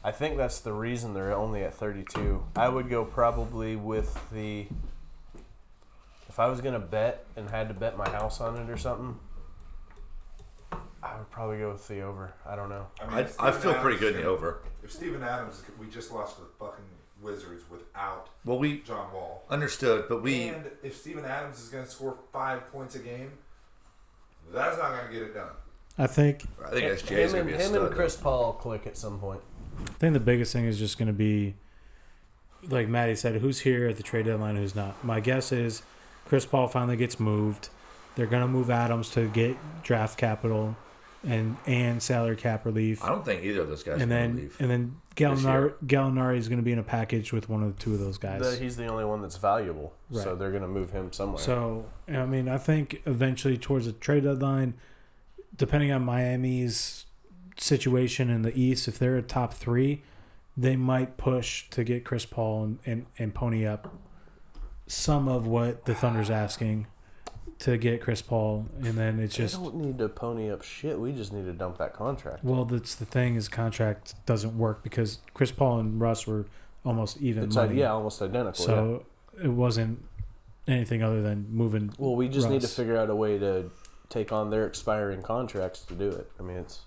Speaker 4: I think that's the reason they're only at thirty-two. I would go probably with the. If I was going to bet and had to bet my house on it or something, I would probably go with the over. I don't know.
Speaker 2: I, I feel pretty good in the over.
Speaker 3: If Steven Adams, we just lost to the fucking Wizards without
Speaker 2: Well, we
Speaker 3: John Wall.
Speaker 2: understood, but we
Speaker 3: And if Steven Adams is going to score five points a game, that's not going to get it done.
Speaker 1: I think
Speaker 2: I think that's Jay's gonna
Speaker 4: Him and,
Speaker 2: be a
Speaker 4: him and
Speaker 2: stud.
Speaker 4: Chris Paul click at some point.
Speaker 1: I think the biggest thing is just going to be, like Maddie said, who's here at the trade deadline, who's not. My guess is Chris Paul finally gets moved. They're going to move Adams to get draft capital and and salary cap relief,
Speaker 2: I don't think either of those
Speaker 1: and
Speaker 2: guys can
Speaker 1: then
Speaker 2: leave.
Speaker 1: and then Gallinari, Gallinari is going to be in a package with one of the two of those guys.
Speaker 4: The- he's the only one that's valuable, so
Speaker 1: Right.
Speaker 4: they're going to move him somewhere.
Speaker 1: So I mean, I think eventually towards the trade deadline, depending on Miami's situation in the East, if they're a top three, they might push to get Chris Paul and, and, and pony up some of what the Thunder's asking to get Chris Paul, and then it's
Speaker 4: We
Speaker 1: just
Speaker 4: don't need to pony up shit. We just need to dump that contract.
Speaker 1: well, that's the thing is contract doesn't work because Chris Paul and Russ were almost even
Speaker 4: It's like,
Speaker 1: money,
Speaker 4: yeah, almost identical. yeah.
Speaker 1: so it wasn't anything other than moving.
Speaker 4: Well, we just need to
Speaker 1: Russ.
Speaker 4: figure out a way to take on their expiring contracts to do it. I mean, it's.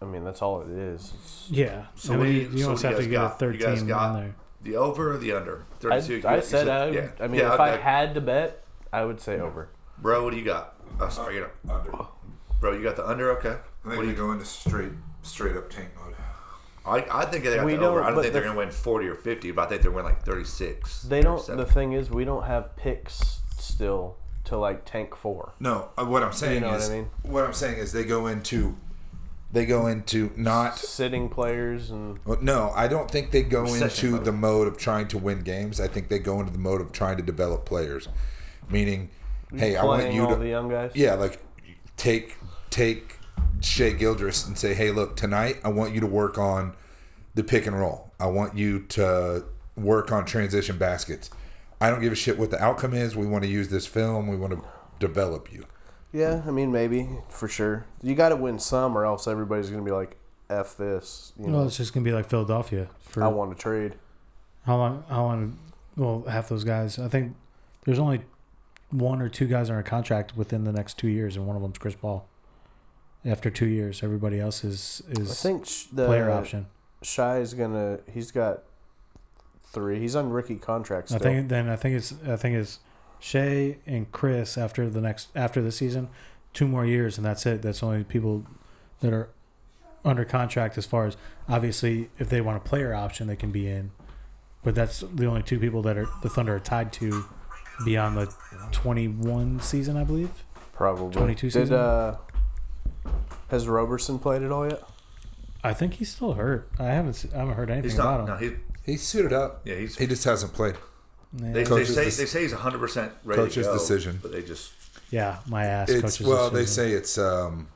Speaker 4: I mean, that's all it is. It's-
Speaker 1: Yeah.
Speaker 2: So
Speaker 1: I
Speaker 2: what do
Speaker 1: mean,
Speaker 2: you-
Speaker 1: you,
Speaker 2: so
Speaker 1: almost
Speaker 2: what
Speaker 1: have
Speaker 2: do
Speaker 1: to
Speaker 2: you
Speaker 1: get a
Speaker 2: guys got? You
Speaker 1: third
Speaker 2: guys
Speaker 1: team
Speaker 2: got-
Speaker 1: on there.
Speaker 2: the over or the under?
Speaker 4: I,
Speaker 2: Thirty-two. you
Speaker 4: I
Speaker 2: you
Speaker 4: said I.
Speaker 2: yeah.
Speaker 4: I mean,
Speaker 2: Yeah,
Speaker 4: if
Speaker 2: I-
Speaker 4: I
Speaker 2: I-
Speaker 4: had to bet, I would say over.
Speaker 2: bro, what do you got? Uh, sorry, you know,
Speaker 3: Under. I
Speaker 2: bro, you got the under. Okay. What
Speaker 3: think
Speaker 2: do
Speaker 3: they
Speaker 2: you?
Speaker 3: go into straight, straight up tank mode.
Speaker 2: I, I think they got
Speaker 4: We
Speaker 2: the over.
Speaker 4: don't,
Speaker 2: I
Speaker 4: but
Speaker 2: don't think they're
Speaker 4: the-
Speaker 2: gonna win forty or fifty, but I think they're winning like thirty-six.
Speaker 4: They don't.
Speaker 2: 37.
Speaker 4: The thing is, we don't have picks still to like tank four.
Speaker 3: No, uh, what I'm saying
Speaker 4: know what
Speaker 3: is,
Speaker 4: I mean?
Speaker 3: what I'm saying is, they go into, they go into not.
Speaker 4: Sitting players and
Speaker 3: well, No, I don't think they go
Speaker 2: Recession
Speaker 3: into
Speaker 2: mode.
Speaker 3: the mode of trying to win games. I think they go into the mode of trying to develop players, meaning, hey, I want
Speaker 4: playing
Speaker 3: you
Speaker 4: all
Speaker 3: to.
Speaker 4: the young guys.
Speaker 3: yeah, like take take Shea Gildress and say, hey, look, tonight I want you to work on the pick and roll. I want you to work on transition baskets. I don't give a shit what the outcome is. We want to use this film. We want to develop you.
Speaker 4: Yeah, I mean, maybe for sure. You got to win some, or else everybody's gonna be like, "F this." You know,
Speaker 1: Well, it's just gonna be like Philadelphia for
Speaker 4: I want to trade.
Speaker 1: how long? How long? Well, half those guys. I think there's only one or two guys on a contract within the next two years, and one of them's Chris Paul. After two years, everybody else is
Speaker 4: I
Speaker 1: is
Speaker 4: think uh, sh- the
Speaker 1: player option.
Speaker 4: Shy is gonna. He's got three. He's on rookie contract
Speaker 1: I
Speaker 4: still.
Speaker 1: think then I think it's I think it's Shay and Chris after the next after the season, two more years and that's it. That's only people that are under contract as far as obviously if they want a player option they can be in, but that's the only two people that are the Thunder are tied to beyond the twenty one season I believe.
Speaker 4: Probably
Speaker 1: 22
Speaker 4: Did
Speaker 1: season?
Speaker 4: uh, has Roberson played at all yet?
Speaker 1: I think he's still hurt. I haven't se- I haven't heard anything
Speaker 2: He's
Speaker 1: about
Speaker 2: not. No,
Speaker 1: him.
Speaker 2: he,
Speaker 3: He suited up.
Speaker 2: yeah, he's.
Speaker 3: He just hasn't played.
Speaker 1: yeah.
Speaker 2: they, they
Speaker 3: Coach's
Speaker 2: say
Speaker 3: dec-
Speaker 2: they say he's 100 percent ready.
Speaker 3: Coach's
Speaker 2: to go,
Speaker 3: decision.
Speaker 2: but they just
Speaker 1: yeah, my ass.
Speaker 3: It's
Speaker 1: coaches
Speaker 3: well, they
Speaker 1: decision.
Speaker 3: say it's um,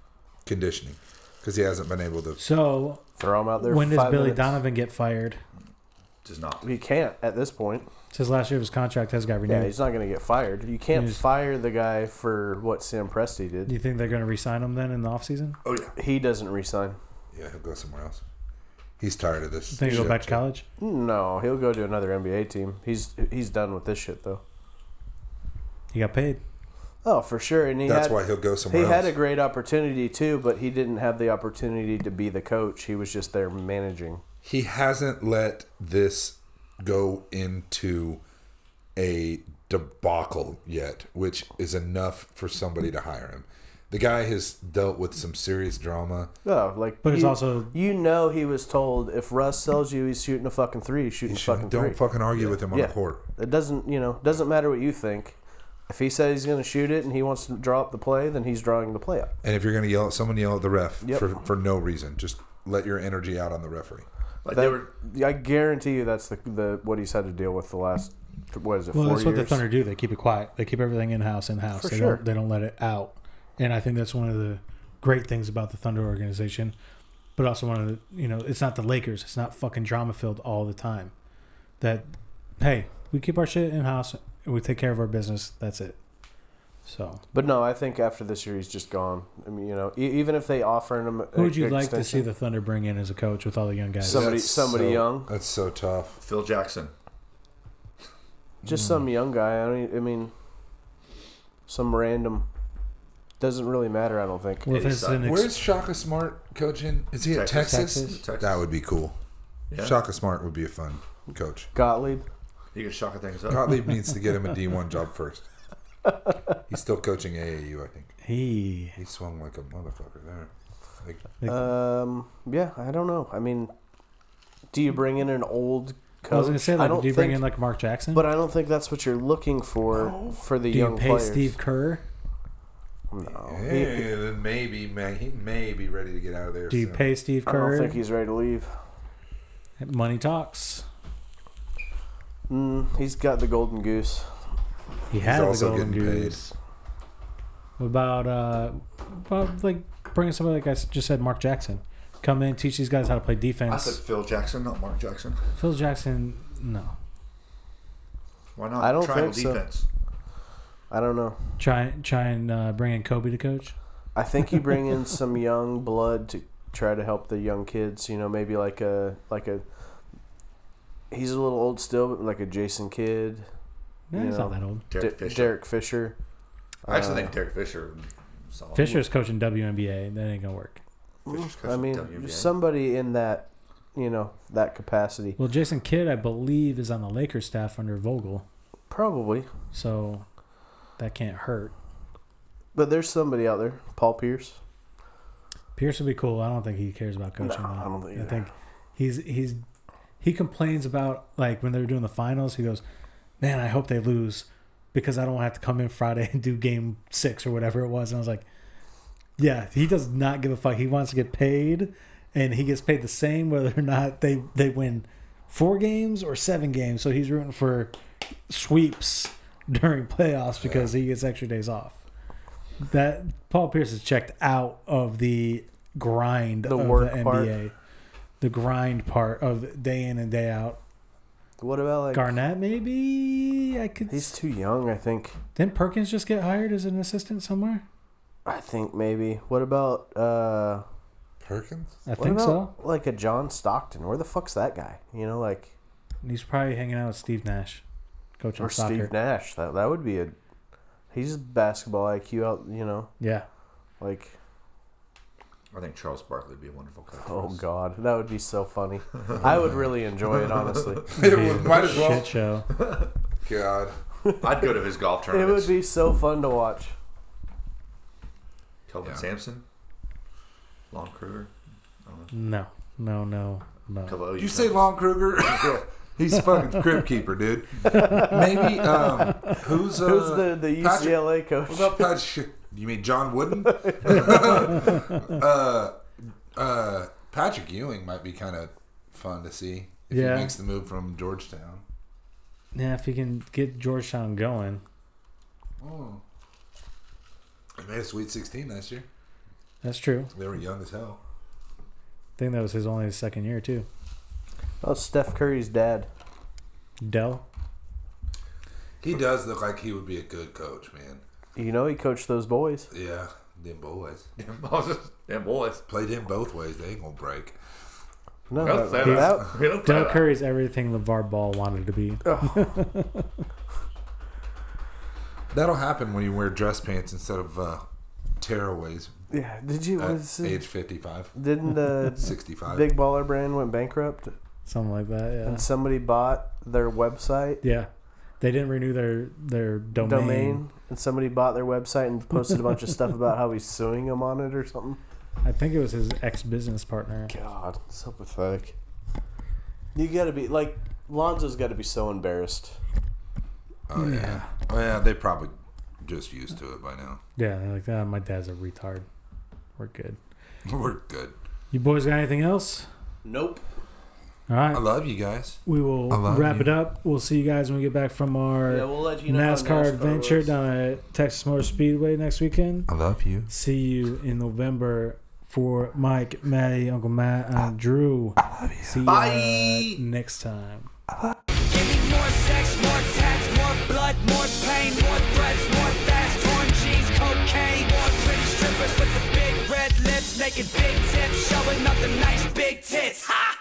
Speaker 3: conditioning because he hasn't been able to.
Speaker 1: So
Speaker 4: Throw him out there.
Speaker 1: when
Speaker 4: for
Speaker 1: does
Speaker 4: five
Speaker 1: Billy
Speaker 4: minutes.
Speaker 1: Donovan get fired?
Speaker 2: does not.
Speaker 4: He can't at this point.
Speaker 1: Says last year of his contract has got
Speaker 4: Yeah,
Speaker 1: renewed.
Speaker 4: he's not going to get fired. You can't
Speaker 1: Yes.
Speaker 4: fire the guy for what Sam Presti
Speaker 1: Do
Speaker 4: did.
Speaker 1: you think they're going to re-sign him then in the offseason?
Speaker 2: Oh yeah,
Speaker 4: He doesn't resign.
Speaker 3: Yeah, he'll go somewhere else. He's tired of this.
Speaker 1: Think he'll go
Speaker 3: shit.
Speaker 1: back to college?
Speaker 4: No, he'll go to another NBA team. He's he's done with this shit though.
Speaker 1: He got paid.
Speaker 4: Oh, for sure. And he
Speaker 3: That's
Speaker 4: had,
Speaker 3: why he'll go
Speaker 4: he
Speaker 3: somewhere
Speaker 4: had a
Speaker 3: else.
Speaker 4: great opportunity too, but he didn't have the opportunity to be the coach. He was just there managing.
Speaker 3: he hasn't let this go into a debacle yet, which is enough for somebody to hire him. The guy has dealt with some serious drama.
Speaker 4: Oh, like
Speaker 1: But
Speaker 4: you,
Speaker 1: it's also-
Speaker 4: you know he was told if Russ sells you, he's shooting a fucking three. He's shooting a fucking
Speaker 3: Don't
Speaker 4: three.
Speaker 3: fucking argue with him on
Speaker 4: Yeah.
Speaker 3: the court.
Speaker 4: it doesn't you know doesn't matter what you think. If he says he's going to shoot it and he wants to draw up the play, then he's drawing the play up.
Speaker 3: And if you're gonna yell at someone, yell at the ref
Speaker 4: Yep.
Speaker 3: for for no reason. Just let your energy out on the referee.
Speaker 2: like they
Speaker 4: That-
Speaker 2: were.
Speaker 4: I guarantee you that's the, the what he's had to deal with the last what is it
Speaker 1: Well,
Speaker 4: four
Speaker 1: that's what
Speaker 4: years?
Speaker 1: the Thunder do. They keep it quiet. They keep everything in house, in house.
Speaker 4: For
Speaker 1: They
Speaker 4: sure.
Speaker 1: don't. They don't let it out. And I think that's one of the great things about the Thunder organization. But also one of the, you know, it's not the Lakers. It's not fucking drama filled all the time. That, hey, we keep our shit in house and we take care of our business. That's it. So,
Speaker 4: But no, I think after this year he's just gone. I mean, you know, e- even if they offer him,
Speaker 1: who would you like to see the Thunder bring in as a coach with all the young guys?
Speaker 4: So- Somebody- somebody
Speaker 3: so-
Speaker 4: young.
Speaker 3: That's so tough.
Speaker 2: Phil Jackson.
Speaker 4: just some young guy? I mean, I mean, some random doesn't really matter. I don't think.
Speaker 1: Well, if
Speaker 2: Eddie
Speaker 1: it's an
Speaker 2: Stein.
Speaker 1: ex-
Speaker 3: Where's Shaka Smart coaching? Is he at
Speaker 2: Texas.
Speaker 3: Texas?
Speaker 1: Texas.
Speaker 2: Texas.
Speaker 3: That would be cool.
Speaker 2: Yeah.
Speaker 3: Shaka Smart would be a fun coach.
Speaker 4: Gottlieb,
Speaker 2: You can shock things up.
Speaker 3: Gottlieb needs to get him a D1 job first. He's still coaching AAU, I think.
Speaker 1: he
Speaker 3: He swung like a motherfucker there. Like,
Speaker 4: um, yeah, I don't know. I mean, do you bring in an old coach?
Speaker 1: I was gonna say,
Speaker 4: I
Speaker 1: like,
Speaker 4: don't
Speaker 1: do you
Speaker 4: think,
Speaker 1: bring in like Mark Jackson?
Speaker 4: but I don't think that's what you're looking for for the
Speaker 1: do you
Speaker 4: young
Speaker 1: pay
Speaker 4: players.
Speaker 1: Steve Kerr?
Speaker 4: No,
Speaker 3: yeah,
Speaker 4: Oh, He-
Speaker 3: then maybe, man, he may be ready to get out of there.
Speaker 1: Do you
Speaker 3: soon.
Speaker 1: pay Steve
Speaker 4: I don't
Speaker 1: Kerr?
Speaker 4: think he's ready to leave.
Speaker 1: Money talks.
Speaker 4: Mm, he's got the golden goose.
Speaker 1: He had the
Speaker 3: also
Speaker 1: Golden
Speaker 3: getting paid.
Speaker 1: Goose. What about uh, about like bringing somebody like I s- just said, Mark Jackson, come in teach these guys how to play
Speaker 2: I
Speaker 1: defense.
Speaker 2: said Phil Jackson, not Mark Jackson.
Speaker 1: Phil Jackson, no.
Speaker 2: Why not?
Speaker 4: I don't
Speaker 2: Triangle
Speaker 4: think so.
Speaker 2: defense.
Speaker 4: I don't know.
Speaker 1: Try try and uh, bring in Kobe to coach.
Speaker 4: I think you bring in some young blood to try to help the young kids. You know, maybe like a like a. He's a little old still, but like a Jason Kidd,
Speaker 1: Yeah, he's not
Speaker 4: Yeah.
Speaker 1: that old.
Speaker 2: Derek
Speaker 4: D-
Speaker 2: Fisher.
Speaker 4: Derek Fisher.
Speaker 2: I actually
Speaker 4: Uh,
Speaker 2: think Derek Fisher. would be Solid.
Speaker 1: Fisher's coaching WNBA. That ain't gonna work.
Speaker 2: Fisher's coaching
Speaker 4: I mean,
Speaker 2: WNBA.
Speaker 4: somebody in that, you know, that capacity,
Speaker 1: Well, Jason Kidd, I believe, is on the Lakers staff under Vogel,
Speaker 4: probably.
Speaker 1: so that can't hurt.
Speaker 4: But there's somebody out there, Paul Pierce.
Speaker 1: Pierce would be cool. I don't think he cares about coaching.
Speaker 4: No,
Speaker 1: though.
Speaker 4: I don't think
Speaker 1: I
Speaker 4: either.
Speaker 1: think he's he's he complains about like when they were doing the finals. He goes, "Man, I hope they lose because I don't have to come in Friday and do game six or whatever it was." And I was like, "Yeah, he does not give a fuck. He wants to get paid, and he gets paid the same whether or not they they win four games or seven games. So he's rooting for sweeps during playoffs because he gets extra days off." That Paul Pierce is checked out of the grind
Speaker 4: The
Speaker 1: of
Speaker 4: work
Speaker 1: the NBA
Speaker 4: part.
Speaker 1: the grind part of day in and day out.
Speaker 4: What about like?
Speaker 1: Garnett, maybe I could.
Speaker 4: He's too young, I think.
Speaker 1: Didn't Perkins just get hired as an assistant somewhere?
Speaker 4: I think maybe. What about? uh
Speaker 3: Perkins?
Speaker 1: I
Speaker 4: What
Speaker 1: think so.
Speaker 4: about like a John Stockton? Where the fuck's that guy? You know, like.
Speaker 1: And he's probably hanging out with Steve Nash, coach
Speaker 4: or
Speaker 1: of soccer.
Speaker 4: Steve Nash. That that would be a he's basketball IQ out. You know,
Speaker 1: Yeah,
Speaker 4: like
Speaker 2: I think Charles Barkley would be a wonderful coach. for
Speaker 4: Oh
Speaker 2: us.
Speaker 4: God, that would be so funny. I would really enjoy it, honestly.
Speaker 3: It would- might as well.
Speaker 1: Shit show.
Speaker 3: God.
Speaker 2: I'd go to his golf
Speaker 4: It would
Speaker 2: tournaments.
Speaker 4: be so fun to watch.
Speaker 2: Kelvin
Speaker 3: Yeah.
Speaker 2: Sampson, Lon Kruger.
Speaker 1: No, no, no, no.
Speaker 2: Hello,
Speaker 3: You say Lon Kruger? He's fucking crib keeper, dude. Maybe um, who's uh,
Speaker 4: Who's the the
Speaker 3: Patrick-
Speaker 4: UCLA coach?
Speaker 3: What about Pat? Sh- you mean John Wooden? uh, uh, Patrick Ewing might be kind of fun to see if
Speaker 1: Yeah.
Speaker 3: he makes the move from Georgetown.
Speaker 1: Yeah, if you can get Georgetown going,
Speaker 3: Oh, they made a Sweet 16 last year.
Speaker 1: that's true.
Speaker 3: They were young as hell.
Speaker 1: I think that was his only second year too.
Speaker 4: Oh, Steph Curry's dad.
Speaker 1: Dell.
Speaker 3: He does look like he would be a good coach, man.
Speaker 4: You know he coached those boys.
Speaker 3: Yeah, them boys
Speaker 2: Damn boys.
Speaker 3: played him both ways. They ain't gonna break.
Speaker 4: No,
Speaker 2: We don't
Speaker 4: that-
Speaker 2: say
Speaker 4: that-
Speaker 2: that. We don't say
Speaker 1: Del
Speaker 2: that.
Speaker 1: Curry's everything LeVar Ball wanted to be.
Speaker 3: That'll happen when you wear dress pants instead of uh, tearaways
Speaker 4: yeah. Did you?
Speaker 3: at
Speaker 4: Was,
Speaker 3: age 55,
Speaker 4: didn't uh,
Speaker 3: 65.
Speaker 4: Big Baller Brand went bankrupt
Speaker 1: Something like that, yeah.
Speaker 4: and somebody bought their website
Speaker 1: Yeah. They didn't renew their, their domain.
Speaker 4: domain. and somebody bought their website and posted a bunch of stuff about how he's suing them on it or something.
Speaker 1: I think it was his ex business partner.
Speaker 4: God, so pathetic. You gotta be like Lonzo's got to be so embarrassed.
Speaker 3: Oh yeah. Oh yeah, they probably just used to it by now.
Speaker 1: Yeah, they're like, ah, my dad's a retard. We're good.
Speaker 3: We're good.
Speaker 1: You boys got anything else?
Speaker 4: Nope.
Speaker 1: All
Speaker 3: I
Speaker 1: right.
Speaker 3: love you guys.
Speaker 1: We will
Speaker 3: I love
Speaker 1: wrap
Speaker 3: you.
Speaker 1: it up. We'll see you guys when we get back from our
Speaker 4: we'll let
Speaker 1: NASCAR, adventure down at Texas Motor Speedway next weekend.
Speaker 3: I love you.
Speaker 1: See you in November for Mike, Maddie, Uncle Matt, and Drew. See you
Speaker 2: Bye.
Speaker 1: next time.
Speaker 5: Give me more sex, more tats, more blood, more pain, more threats, more fast, torn jeans, cocaine, more pretty strippers with the big red lips, making big tips, showing up the nice big tits. Ha!